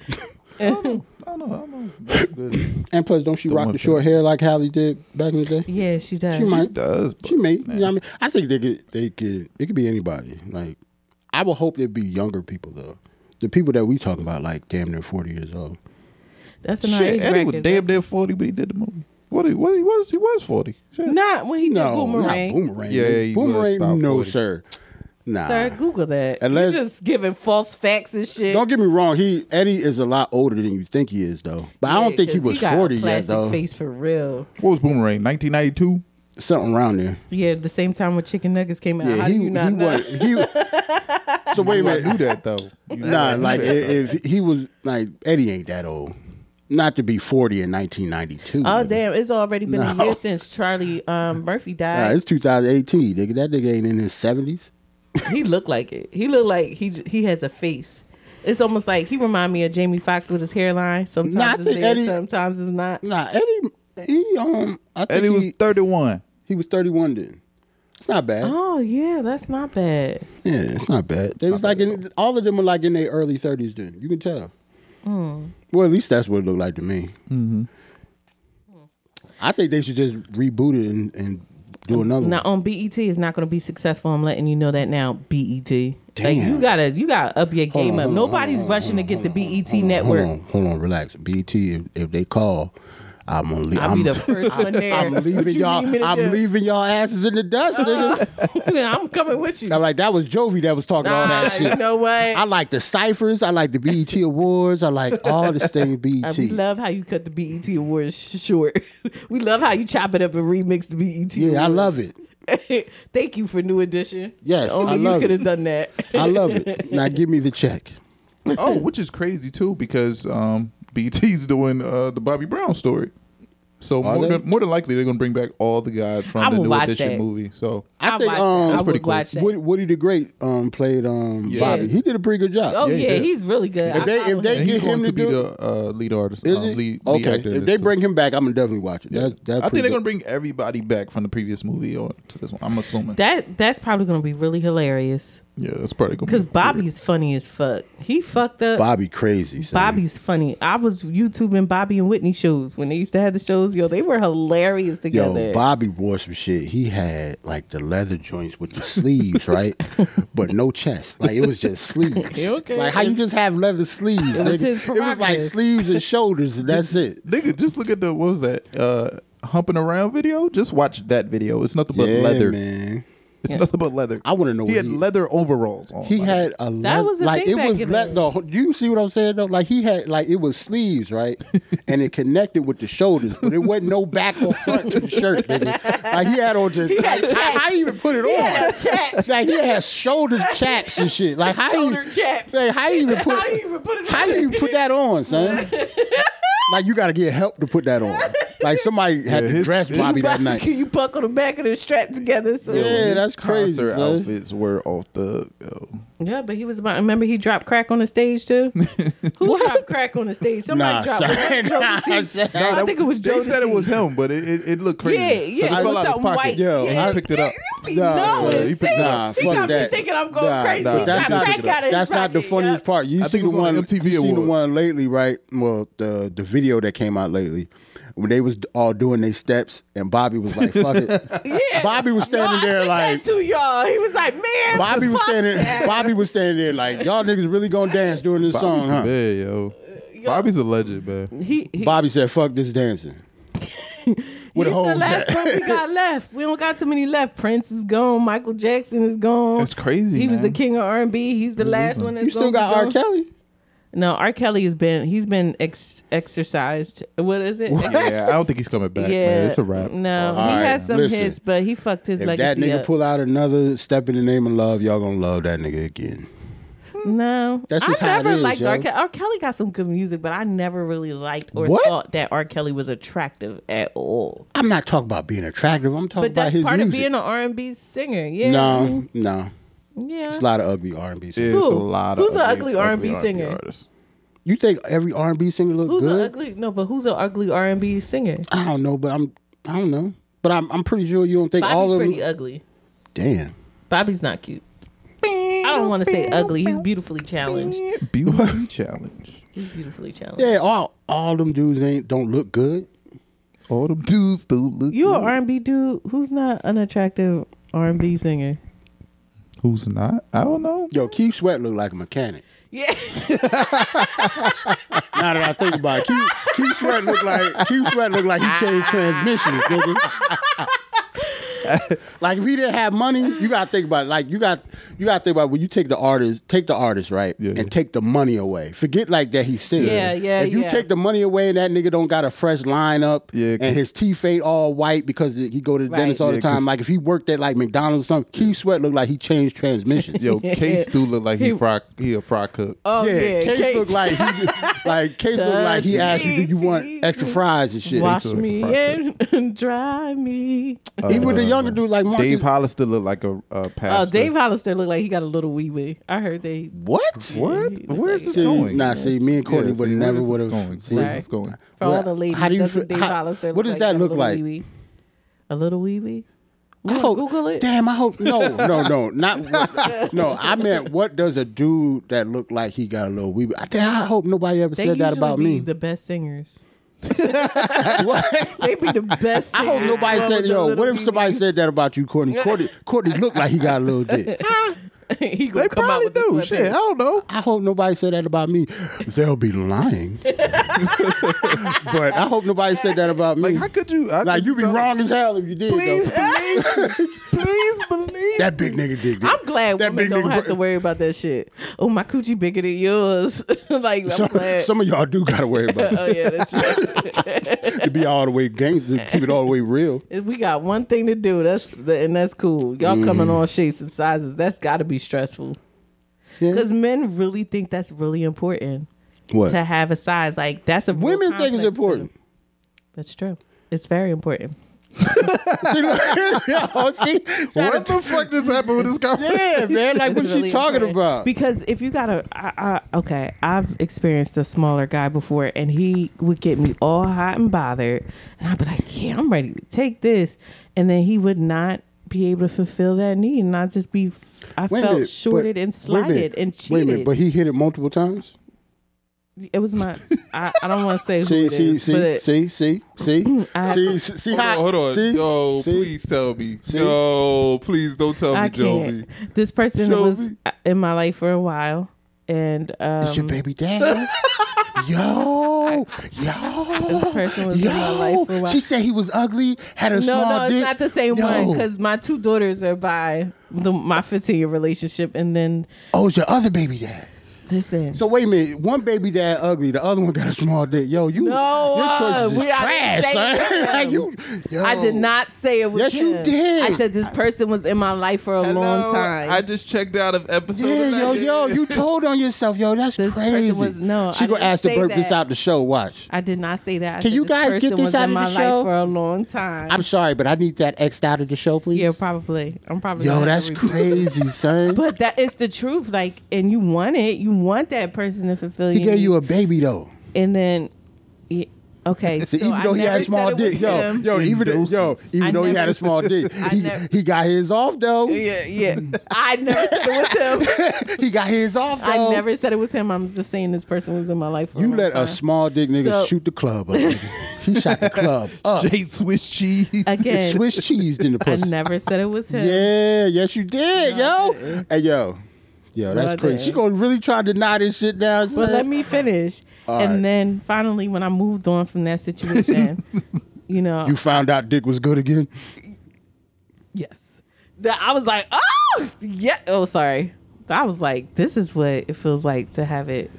I don't know. I don't know. That's good. And plus, don't she Don't rock want the short that. hair like Hallie did back in the day? Yeah, she does. She She might. does. But She may. You know nah. what I mean, I think they could. They could. It could be anybody. Like, I would hope it'd be younger people though. The people that we talking about, like damn near forty years old. That's an Shit, age Eddie was record. damn near forty, but he did the movie. What he, what he was? He was forty. Shit. Not when he did No, boomerang. not boomerang. Yeah, he was about boomerang. No, 40. sir. Nah. Sir, Google that. Unless- You're just giving false facts and shit. Don't get me wrong. He Eddie is a lot older than you think he is, though. But I don't Yeah, think he 'cause was got a forty yet, plastic though. Face for real. What was Boomerang? Nineteen ninety two. Something around there. Yeah, the same time when chicken nuggets came out. Yeah, How he do you not he know? was he. so wait a I knew minute. that though. You know, I Nah, knew like i- that, though. if he was like Eddie ain't that old. Not to be forty in nineteen ninety two. Oh damn! It's already been a No. year since Charlie um, Murphy Nah, died. it's 2018, nigga. That nigga ain't in his 70s. he looked like it. He looked like he j- he has a face. It's almost like he remind me of Jamie Foxx with his hairline. Sometimes Nah, I it's think there, Eddie- sometimes it's not. Nah, Eddie, he um, I think Eddie was thirty one. he was 31 then. It's not bad. Oh yeah, that's not bad. Yeah, it's not bad. They was like in, all of them were like in their early 30s then. You can tell. Hmm. Well, at least that's what it looked like to me. Mm-hmm. I think they should just reboot it and, and do another Now one. on BET is not going to be successful. I'm letting you know that now. BET, like Damn. you gotta you gotta up your game on, up. hold on, Nobody's hold on, rushing to get the BET Hold network. on, hold on, relax. BT, if, if they call, I'm gonna leave. I'll am be the first one there. I'm What leaving you y'all. need me to I'm do? Ah. leaving y'all asses in the dust, nigga. I'm coming with you. I'm like, that was Jovi that was talking all Nah, that shit. you know what? I like the ciphers. I like the BET Awards. I like all this thing E And BET. we love how you cut the BET Awards sh- short. we love how you chop it up and remix the BET. yeah, I love it. it. Thank you for New Edition. Yes, only I you love could have it. done that. I love it. Now give me the check. oh, which is crazy too because um, BT's doing uh, the Bobby Brown story. So Are more they? than, more than likely they're gonna bring back all the guys from I the will new watch edition that. movie. So I I'll think watch that. um, I that's would pretty cool. watch that. Woody, Woody the Great um, played um, Yeah. Bobby. He did a pretty good job. oh Yeah, yeah, he did. he's really good. If I they- follow if they and him. he's get going him to to be do- the uh, lead artist, Is uh, lead, it? lead okay, actor. in if this, they too. bring him back, I'm gonna definitely watch it. That, I that's think pretty they're gonna good. bring everybody back from the previous movie on to this one. I'm assuming. that that's probably gonna be really hilarious yeah, that's probably gonna because be Bobby's funny as fuck. He fucked up. Bobby crazy. son. Bobby's funny. I was YouTubing Bobby and Whitney shows when they used to have the shows. Yo, they were hilarious Yo, together. Bobby wore some shit. He had like the leather joints with the sleeves, right? But no chest. Like it was just sleeves. You okay? Like how you just have leather sleeves? nigga? It was his like prerogative. sleeves and shoulders, and that's it. Nigga, just look at the what was that? Uh humping around video? Just watch that video. It's nothing but yeah, leather. man. It's nothing but leather. I wanna know He what had he- leather overalls on. He like- had a leather- was the like thing it back was in the le- day. no. Do you see what I'm saying though? Like he had like it was sleeves, right? and it connected with the shoulders, but it wasn't no back or front to the shirt. Nigga. Like he had on just had like, how, chaps. how you even put it on? had chaps. Like he had shoulder chaps and shit. Like how Shoulder you chaps. Like, how you even put How you even put it on? how you even put that on, son? like you got to get help to put that on. Like somebody had Yeah, to his- dress his- Bobby that Bobby, night. Can you buckle the back of the strap together? So Yeah. His that's crazy, Concert son. outfits were off the. yo. Yeah, but he was about. Remember, he dropped crack on the stage too. Who dropped crack on the stage? Somebody Nah, dropped. son. Jodeci. Nah, son. I That- think it was They Jodeci. said it was him, but it, it, it looked crazy. Yeah, yeah, 'Cause it He fell was out his something pocket. white. Yo, and yeah. he picked it up. no, son, it's he picked- fake. nah, He fuck got me that. thinking I'm going Nah, crazy. nah, He that's dropped not, crack out of his that's not the pocket, funniest yeah. part. You I see think it the was on one MTV you see the Awards. one lately, right? Well, the the video that came out lately when they was all doing their steps and Bobby was like, "Fuck it." Yeah. Bobby was standing no, I there did that like- to y'all. He was like, man, Bobby was fuck standing. that. Bobby was standing there like, "Y'all niggas really gonna dance during this Bobby's song, a huh?" bad, Uh, yo. Bobby's a legend, man. He, he Bobby said, "Fuck this dancing." Where He's the the hoes last at? one we got left. We don't got too many left. Prince is gone. Michael Jackson is gone. That's crazy, He was the man. king of R and B. He's the last one. That's You still gonna got be R. gone. Kelly. No, R. Kelly has been. He's been ex- exercised. What is it? yeah, I don't think he's coming back. man. it's a wrap. No, he right, had some listen. hits, but he fucked his If that legacy nigga up. pull out another step in the name of love, y'all gonna love that nigga again. no, That's just I how it never is, liked R. yo. Kelly. R. Kelly got some good music, but I never really liked or What? thought that R. Kelly was attractive at all. I'm not talking about being attractive. I'm But talking about that's his part music. of being an R and B singer. Yeah, no, no, yeah. it's a lot of ugly R&B. Singers. It's a Who? lot Who's of the ugly R&B singer? artists. You think every R&B singer look Who's an good? ugly? No, but who's an ugly R and B singer? I don't know, but I'm I don't know, but I'm I'm pretty sure you don't think Bobby's all of them. pretty ugly. Damn. Bobby's not cute. I don't want to say ugly. He's beautifully challenged. Beauty challenge. He's beautifully challenged. Yeah, all all them dudes ain't don't look good. All them dudes do look. You an good. R and B dude? Who's not an attractive R and B singer? Who's not? I don't know. Yo, Keith Sweat look like a mechanic. Yeah, Now that I think about it, Keith, Keith Sweat look like Keith Sweat look like he changed transmissions, nigga. like if he didn't have money, you gotta think about it. Like you got you gotta think about when you take the artist, take the artist right, Yeah, and yeah. take the money away. Forget like that he's singing. Yeah, yeah, If you yeah. take the money away and that nigga don't got a fresh lineup, Yeah, 'cause- and his teeth ain't all white because he go to the Right. dentist all Yeah, the 'cause- time. Like if he worked at like McDonald's or something, Keith Sweat look like he changed transmissions. Yo, Case do look like he fry. He a fry cook. oh yeah. Yeah, Case, Case. looked like he, like Case looked like he Touch asked you, "Do you me, want tease extra me. fries and shit?" Wash Case look me like a fry and, and dry me. Even the younger dude like Marcus. Uh, Dave Hollister look like a, a Oh, pastor. Dave Hollister looked like he got a little wee wee. I heard they. what? What? he look Where is this like- See, going? nah, see, me and Courtney see, would where never is this would've- going? Where is Right. this going? For all What- the ladies, how do you doesn't feel- Dave how- Hollister look what does like that he got a look little like? wee-wee? A little wee wee. I hope- Google it. Damn, I hope no, no, no, not what, no. I meant, what does a dude that look like he got a little wee? I, damn, I hope nobody ever They said that usually about be me. The best singers. What? They be the best. I hope singers. nobody One said, with the "Yo, little what if somebody wee-wee. said that about you, Courtney?" Courtney, Courtney looked like he got a little dick. he gonna They come out probably with the do. Shit, I sweatpants. don't know. I hope nobody said that about me. They'll be lying, but I hope nobody said that about me. Like, how could you? I Nah, could you be tell- wrong as hell if you did. Please though. believe. me. Please believe. that big nigga did. I'm glad that women don't nigga have to bra- worry about that shit. Oh, my coochie bigger than yours. like I'm Some, glad. some of y'all do gotta worry about oh yeah, that's true. it. To be all the way gangster, keep it all the way real. we got one thing to do. That's the, and that's cool. Y'all Mm-hmm. come in all shapes and sizes. That's got to be stressful. Yeah. Because men really think that's really important What? to have a size. Like that's a real Women think complex it's thing. important. That's true. It's very important. See, look, Oh, yo, see, What the fuck just happened with this conversation? yeah, man. Like what It's she really talking important. about? Because if you got a, I, I, okay, I've experienced a smaller guy before, and he would get me all hot and bothered, and I'd be like, "Yeah, I'm ready to take this," and then he would not be able to fulfill that need, and I'd just be, f- I Wait a felt minute, shorted and but- wait a minute, slighted and cheated. Wait a minute, but he hit it multiple times. it was my, I, I don't want to say who See, it see, is, see, but see, see, see, I- see, see, see. Hold on, how- hold on. See, Yo, see? please tell me. Yo, please don't tell I me, can't. Joby. This person Show was me. in my life for a while, and um, It's your baby daddy. yo, yo. this person was in my life for a Yo, while. she said he was ugly, had a no, small no, dick. it's not the same Yo. one because my two daughters are by the, my 15 year relationship, and then oh, it's your other baby dad. listen. So wait a minute, one baby dad ugly, the other one got a small dick. Yo, you, No, your uh, choices is we- I didn't trash, say son. that. like you, yo. I did not say it was Yes, you him. did. I said this person was in my life for a Hello, long time. I just checked out of episode. Yeah, yo, nine. yo, you told on yourself, yo. That's This person crazy. was- no, she I gonna didn't ask to say burp this that. out the show. Watch. I did not say that. I Can said you this guys get person this was out in of my the life show? for a long time. I'm sorry, but I need that X'd out of the show, please. yeah, probably. I'm probably. yo, gonna have that's to repeat. crazy, son. But that is the truth. Like, and you want it. You want that person to fulfill. he your gave you need. a baby though. and then, yeah, okay. See, so even I though he never had said a small it was dick, yo, him. yo, even though, yo, even I though he had never- a small dick, I he, never- he got his off though. Yeah, yeah. I never said it was him. he got his off though. I never said it was him. I'm just saying this person was in my life. For You long let time. a small dick nigga So- shoot the club up. nigga. he shot the club up. Jay Swiss cheese. again. Swiss cheese in the I pussy. never said it was him. Yeah, yes you did, yo. Hey yo. Yo, I that's did. crazy. She gonna really try to deny this shit down. uh, But let me finish. All and right. then finally, when I moved on from that situation, You know, You found out dick was good again. yes. That I was like, oh yeah. Oh, sorry. I was like, this is what it feels like to have it.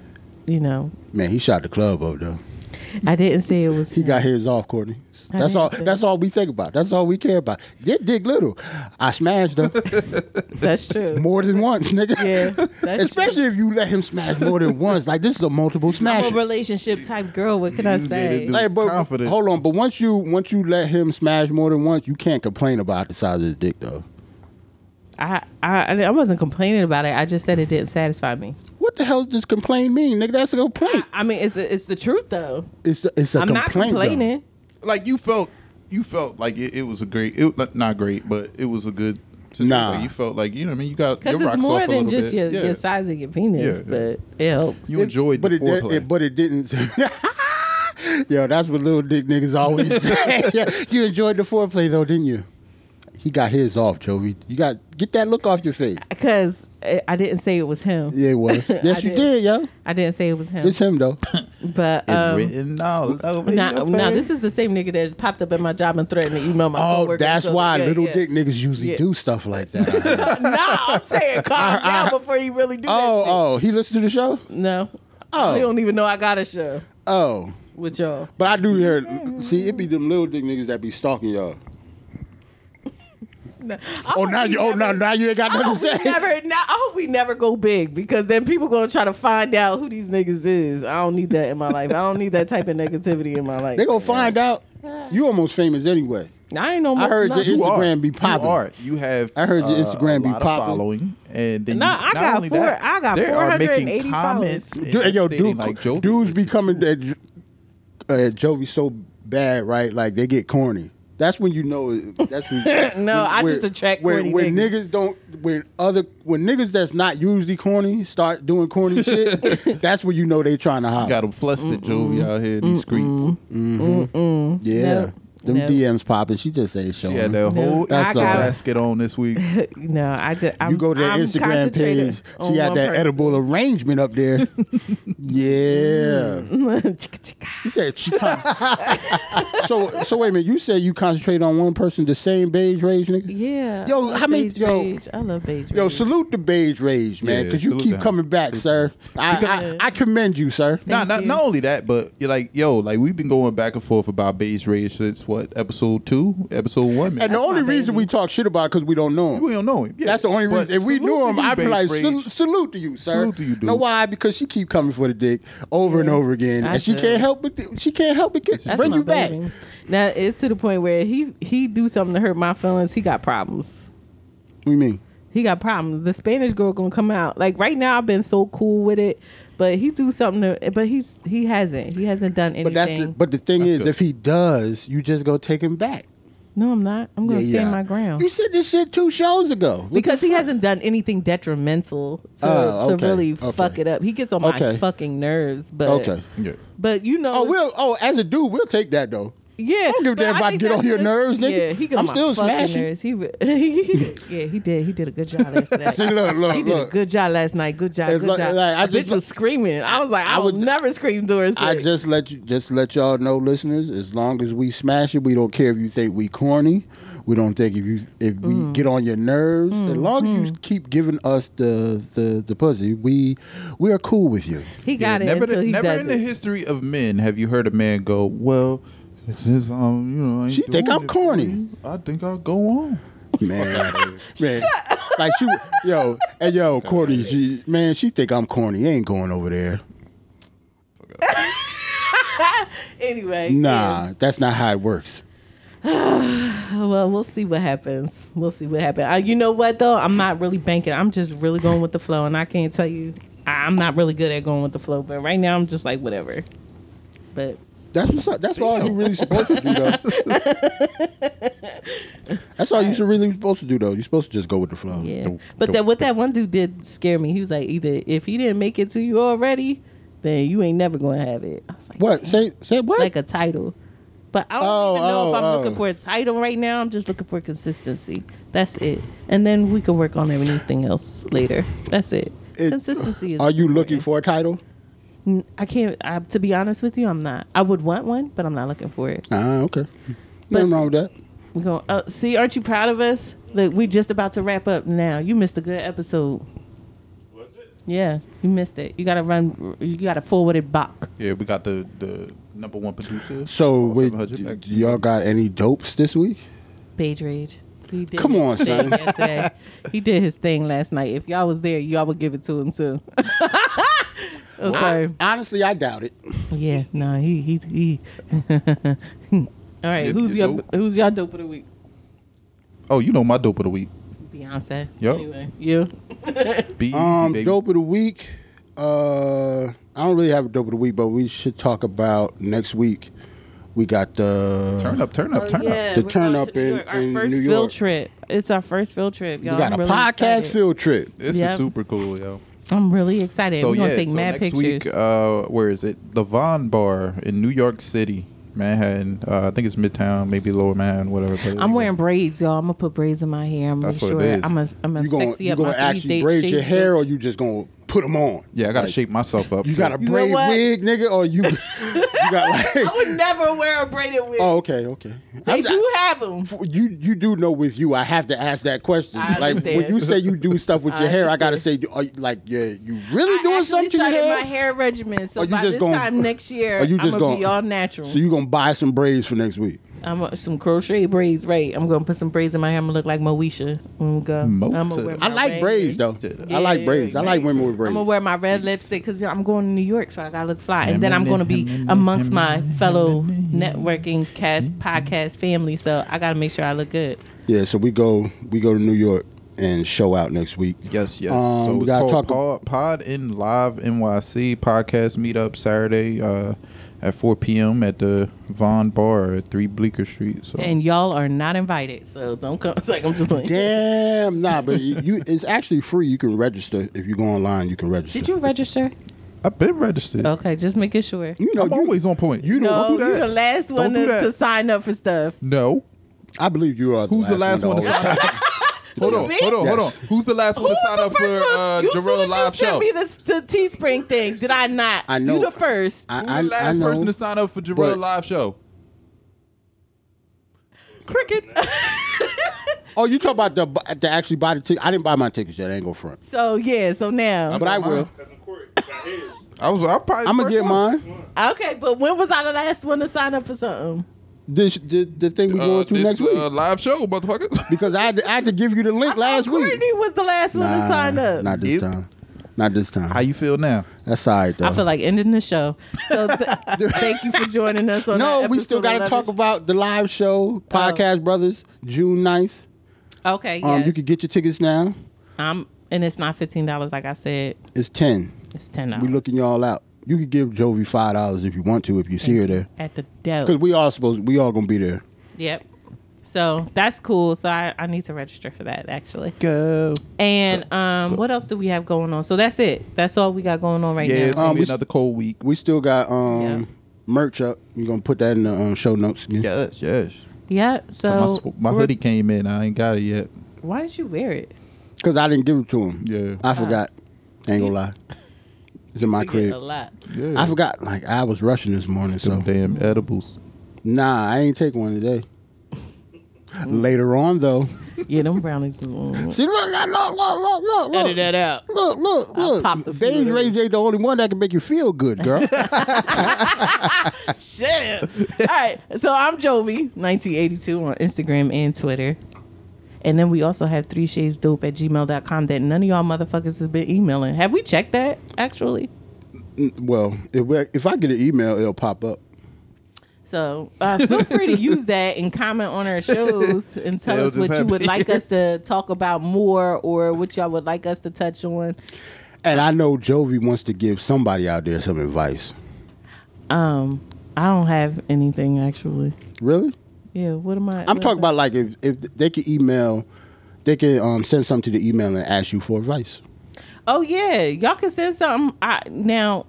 You know, Man, he shot the club up though. I didn't say it was. He got his off, Courtney. That's didn't all. say That's all we think about. That's all we care about. Get dick little. I smashed her That's true. more than once, nigga. Yeah, that's Especially if you let him smash more than once. Like this is a multiple smash. I'm a relationship type girl. What can I These days say? do. Hey, but Confident. hold on. But once you once you let him smash more than once, you can't complain about the size of his dick though. I, I I wasn't complaining about it. I just said it didn't satisfy me. What the hell does complain mean, nigga? That's a complaint. I mean, it's the, it's the truth though. It's a, it's a I'm complaint. not though. complaining. like you felt you felt like it, it was a great it not- not great but it was a good situation. Nah. you felt like you know what i mean you got your Because it's rocks more off a than little just bit. your, yeah. your size of your penis, Yeah. but it helps. you enjoyed but the it, did- foreplay it- but it didn't. Yo, that's what little dick niggas always say. you enjoyed the foreplay though, didn't you? He got his off, Joey. You got get that look off your face. Because I I didn't say it was him. Yeah, it was. Yes, you did. did. yo. I didn't say it was him. It's him though. but um, written all over now, your now face. this is the same nigga that popped up at my job and threatened to email my. Oh, coworkers. that's So, why yeah, little yeah. dick niggas usually Yeah. do stuff like that. nah, I'm saying calm I- I- down before you really do oh, that shit. oh, he listened to the show. No, Oh. they don't even know I got a show Oh, with y'all. but I do hear. See, it be them little dick niggas that be stalking y'all. Oh, now you. Oh, now now you ain't got I nothing hope, to we say. never, now, I hope we never go big because then people gonna try to find out who these niggas is. I don't need that in my life. I don't need that type of negativity in my life. They gonna find out. You almost famous anyway. I ain't no. I heard nothing. your You are. Instagram be popping. You are. You have. I heard your uh, Instagram a be lot of popping. Following, and then Nah, you- I not got only four- That, I got they are 480 making followers. comments. and Dude, yo, stating, dude, like, Joe dudes Biden be is- coming at, at uh, Jovi so bad, right? Like they get corny. That's when you know. it- That's when. No, I just attract when, corny when niggas. niggas. don't. When other when niggas that's not usually corny start doing corny shit. that's when you know they trying to hop. Got them flustered, Jovi, out here in these streets. Yeah, Nope. them Nope. DMs popping. She just ain't showing. She had that whole That's That's all right. basket on this week. No, I just. I'm, You go to their I'm Instagram concentrated page. on She had one that person. edible arrangement up there. yeah. Chicka, chicka. You said she con- so so wait a minute. You said you concentrate on one person, the same beige rage nigga. yeah. Yo, I love how many- beige yo- rage. I love beige. Yo, rage. salute the beige rage, man, Yeah, because you salute keep them. coming back, sir. I, I I commend you, sir. Nah, not, you. not only that, but you're like, yo, like we've been going back and forth about beige rage since what episode two, episode one. Man. And the only my reason baby. we talk shit about because we don't know him. we don't know him. Yeah. That's the only But reason. If we knew salute him, to you, I'd be like, beige "Sal- rage. salute to you, sir. Salute to you, dude. Know why? Because she keep coming for the dick over and over again, I and she do. can't help but she can't help but get That's bring my you back. baby. Now it's to the point where he he do something to hurt my feelings. He got problems. We mean He got problems. The Spanish girl gonna come out. Like right now, I've been so cool with it, but he do something. To, but he's he hasn't. He hasn't done anything. But that's the, but the thing is, good. if he does, you just go take him back. no, I'm not. I'm gonna Yeah, stand yeah. my ground You said this shit two shows ago. What because the he fuck? hasn't done anything detrimental to, Oh, to okay, really okay. fuck it up. He gets on my Okay. fucking nerves. But Okay. Yeah. But you know, Oh, it's- we'll. Oh, as a dude, we'll take that though. Yeah, I don't give a but damn if I think get that's on your the- nerves, nigga. Yeah, he got I'm on my still fucking smashing. Nerves. He, re- yeah, he did. He did a good job last night. See, look, look, he did look. a good job last night. Good job. It's Good like- job. like, I The just- bitch was screaming. I was like, I, I would would- never scream during sex. I just let you just let y'all know, listeners. As long as we smash it, we don't care if you think we corny. We don't think if you if we Mm-hmm. get on your nerves. As long as you keep giving us the the the pussy, we we are cool with you. he got it never until the- he never does in the it. history of men have you heard a man go, well, since um, you know, I ain't She think doing I'm it for corny. you, I think I'll go on. Man, man. like she, yo, and yo, Courtney, she, man, she think I'm corny. Ain't going over there. anyway, Nah, that's not how it works. yeah. Oh, Well, we'll see what happens. We'll see what happens. Uh, you know what though? I'm not really banking. I'm just really going with the flow, and I can't tell you. I- I'm not really good at going with the flow, but right now I'm just like whatever. But That's what's up. That's all you really supposed to do, though. That's all you should really supposed to do, though. You're supposed to just go with the flow. Yeah. But that what that one dude did scare me. He was like, either if he didn't make it to you already, then you ain't never gonna have it. I was like, What? Say say what? Like a title. But I don't Oh, even know oh, if I'm oh. looking for a title right now. I'm just looking for consistency. That's it. And then we can work on everything else later. That's it. It- consistency is Are you important. looking for a title? N- I can't. I, to be honest with you, I'm not. I would want one, but I'm not looking for it. Ah, okay. Nothing wrong with that. We going. Uh, see, aren't you proud of us? Look, we just about to wrap up now. You missed a good episode. Yeah, you missed it. You gotta run. You gotta forward it back. Yeah, we got the the number one producer. So, All wait, 700 d- Oh, back. y'all got any dopes this week? Beige Rage. He did Come his on, thing son. yesterday. he did his thing last night. If y'all was there, y'all would give it to him too. I'm sorry. Honestly, I doubt it. Yeah, no, he he he. All right, Yep, who's you your dope. who's your dope of the week? Oh, you know my dope of the week. Beyonce. Yup. Anyway, you. Be easy, Um, baby. dope of the week. Uh, I don't really have a dope of the week, but we should talk about next week. We got the Turn up, turn up, turn up. The we're turn going to up New in- York. our Our in first first New field York. trip. It's our first field trip. we Y'all. got I'm a really podcast excited. field trip. This Yep. is super cool, yo. I'm really excited. We're gonna take so mad next pictures. week, uh, where is it? The Von Bar in New York City, Manhattan. Uh, I think it's Midtown, maybe Lower Manhattan, whatever. but I'm anyway. wearing braids, y'all. I'm gonna put braids in my hair. I'm gonna That's make what it sure is. I'm a I'm a You gonna sexy you up gonna my actually three-day braid your shape. hair, or you just gonna put them on? Yeah, I gotta Like, shape myself up. You too. got a know braid what? wig, nigga, or you? you got I like? would never wear a braided wig. Oh, okay, okay. they I'm- do have them. you you do know with you, I have to ask that question. I like understand. when you say you do stuff with your hair, I gotta say, are, you- like, yeah, you really I doing actually something to your started hair? my hair regimen, so Are you by just this gonna- time next year, are you just I'm gonna be gonna- all natural. So you gonna buy some braids for next week? I'm a, some crochet braids, right? I'm gonna put some braids in my hair. I'm gonna look like Moesha when we go. Mo I'm to gonna wear the- I my like red braids though. lipstick. I like Yeah, braids. I like braids. women with I'm braids. gonna wear my red lipstick because I'm going to New York, so I gotta look fly. And then I'm gonna be amongst my fellow networking cast podcast family, so I gotta make sure I look good. yeah, so we go we go to New York and show out next week. Yes, yes. Um, so we it's gotta called talk Pod, ab- Pod in Live NYC podcast meetup Saturday uh, at 4 p.m. at the Von Bar at 3 Bleecker Street. So And y'all are not invited, so don't come. It's like I'm just playing. Damn, nah, but you, you it's actually free. You can register if you go online. You can register. Did you register? I've been registered. Okay, just making sure. You know, I'm you- always on point. You No, don't do you're that. the last one Don't do to, that. to sign up for stuff. no. I believe you are. The Who's the last one to always- sign up? Hold on, Me? hold on, hold on. Yes. Who's the last Who one to was sign the up first for uh, one? You soon Jarrell as you Live sent Show? me this the Teespring thing, did I not? I know. You the first. I, I, Who's the I last know. person to sign up for Jarrell but- Live Show? Cricket. Oh, you talk about the bu- the actually buy the ticket. I didn't buy my tickets yet. I ain't go front, so yeah, so now. but I will. I was. I probably. I'm gonna first get one. mine. okay, but when was I the last one to sign up for something? This the, the thing we Uh, going through this next week uh, live show, motherfucker. because I had, to, I had to give you the link last week. Courtney was the last one to sign up. Not this Ew. time. Not this time. How you feel now? That's all right though. I feel like ending the show. So th- thank you for joining us on no, our we still episode got to 11. talk about the live Oh. show, Podcast Brothers, June 9th. Okay, yes. Um, You can get your tickets now. um, and it's not fifteen dollars, like I said. It's 10 It's ten We dollars looking y'all out. You can give Jovi five dollars if you want to, if you see her there, at the because dough. we all supposed we all gonna be there. Yep. So that's cool. So I, I need to register for that actually. Go. And um, what else do we have going on? So that's it. That's all we got going on right Yeah, it's now. gonna Um, be we s- another cold week. We still got um Yeah. merch up. You gonna put that in the um, show notes? Again. Yes, yes. Yeah. my So sw- my we're- hoodie came in. I ain't got it yet. Why did you wear it? Because I didn't give it to him. Yeah. I forgot. ain't gonna lie. It's in my You get a crib. lot. Yeah. I forgot. Like I was rushing this morning, Them so damn edibles. nah, I ain't take one today. Later on, though. Yeah, them brownies. Mm. See, look, look, look, look, Edit look, look, look, that out. look, look, look. pop the Baby food. Ray J, the only one that can make you feel good, girl. Shit. All right. So I'm Jovi, 1982 on Instagram and Twitter. And then we also have three shades dope at gmail.com that none of y'all motherfuckers has been emailing. Have we checked that actually? well, if, we- if I get an email, it'll pop up. So uh, feel free to use that and comment on our shows and tell They'll us what just you would happen. like us to talk about more or what y'all would like us to touch on. And I know Jovi wants to give somebody out there some advice. Um, I don't have anything actually. Really? Yeah, what am I? I'm what talking am I- about like if, if they can email, they can um, send something to the email and ask you for advice. Oh yeah, y'all can send something. I now,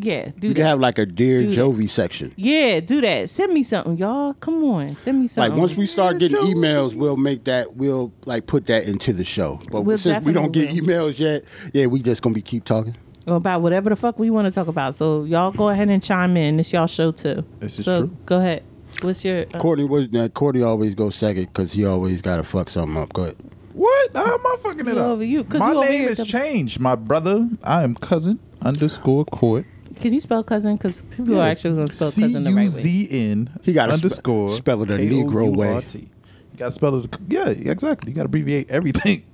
yeah, do You that. can have like a Dear Do that. Jovi section. yeah, do that. Send me something, y'all. Come on, send me something. Like once we start getting emails, we'll make that we'll like put that into the show. But We'll since we don't get definitely emails yet, yeah, we just gonna be keep talking. or about whatever the fuck we want to talk about. So y'all go ahead and chime in. It's y'all show too. This is so true. go ahead. What's your uh, Courtney was now Courtney always goes second because he always gotta fuck something up. Go ahead. What? How am I fucking it You up? over you, 'cause my you over name here is to- changed, my brother. I am cousin underscore court. Can you spell cousin? Because people are actually going to spell C cousin the U right way. Z N. He gotta spe- underscore. spell it a Negro way. K-O-U-R-T. You got to spell it. Yeah, exactly. You got to abbreviate everything.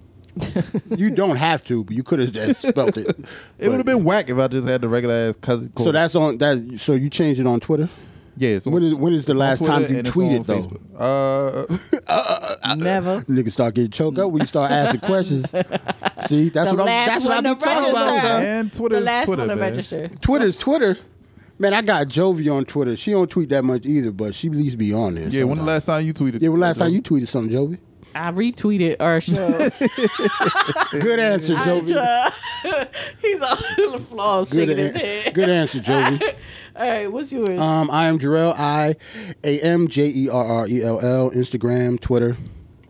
You don't have to, but you could have just spelt it. It would have been whack if I just had the regular ass cousin. Court. So that's on that. So you changed it on Twitter. yeah. it's on- When is- when is the it's on last Twitter time you and it's tweeted, on though? Facebook. Uh, Never. Niggas start getting choked up when you start asking questions. See, that's The what I'm. last That's what one I be to talking about. register. man. and Twitter The is last Twitter, one to man. register. Twitter's Twitter. Man, I got Jovi on Twitter. She don't tweet that much either, but she at least be on there. Yeah, when the sometimes. last time you tweeted? Yeah, when the last time you tweeted something, Jovi? I retweeted our show. Good answer, Jovi. He's on the floor Good, shaking his an- head. good answer, Jovi. All right, what's yours? Um, I am Jarrell. I A M J E R R E L L. Instagram, Twitter.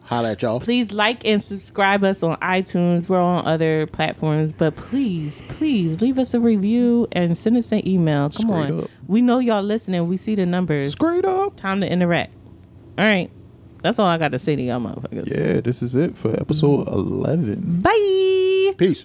Holla at y'all. please like and subscribe us on iTunes. We're on other platforms, but please, please leave us a review and send us an email. Come Straight on. up. We know y'all listening. We see the numbers. Straight up. Time to interact. All right. That's all I got to say to y'all motherfuckers. Yeah, this is it for episode eleven. Bye. Peace.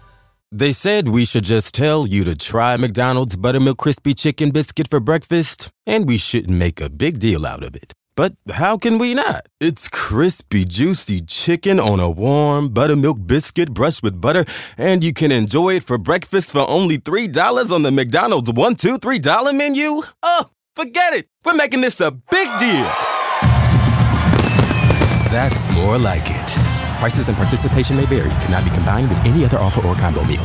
They said we should just tell you to try McDonald's Buttermilk Crispy Chicken Biscuit for breakfast, and we shouldn't make a big deal out of it. But how can we not? It's crispy, juicy chicken on a warm buttermilk biscuit brushed with butter, and you can enjoy it for breakfast for only $3 on the McDonald's one, two, three dollar menu? Oh, forget it! We're making this a big deal! That's more like it. Prices and participation may vary, cannot be combined with any other offer or combo meal.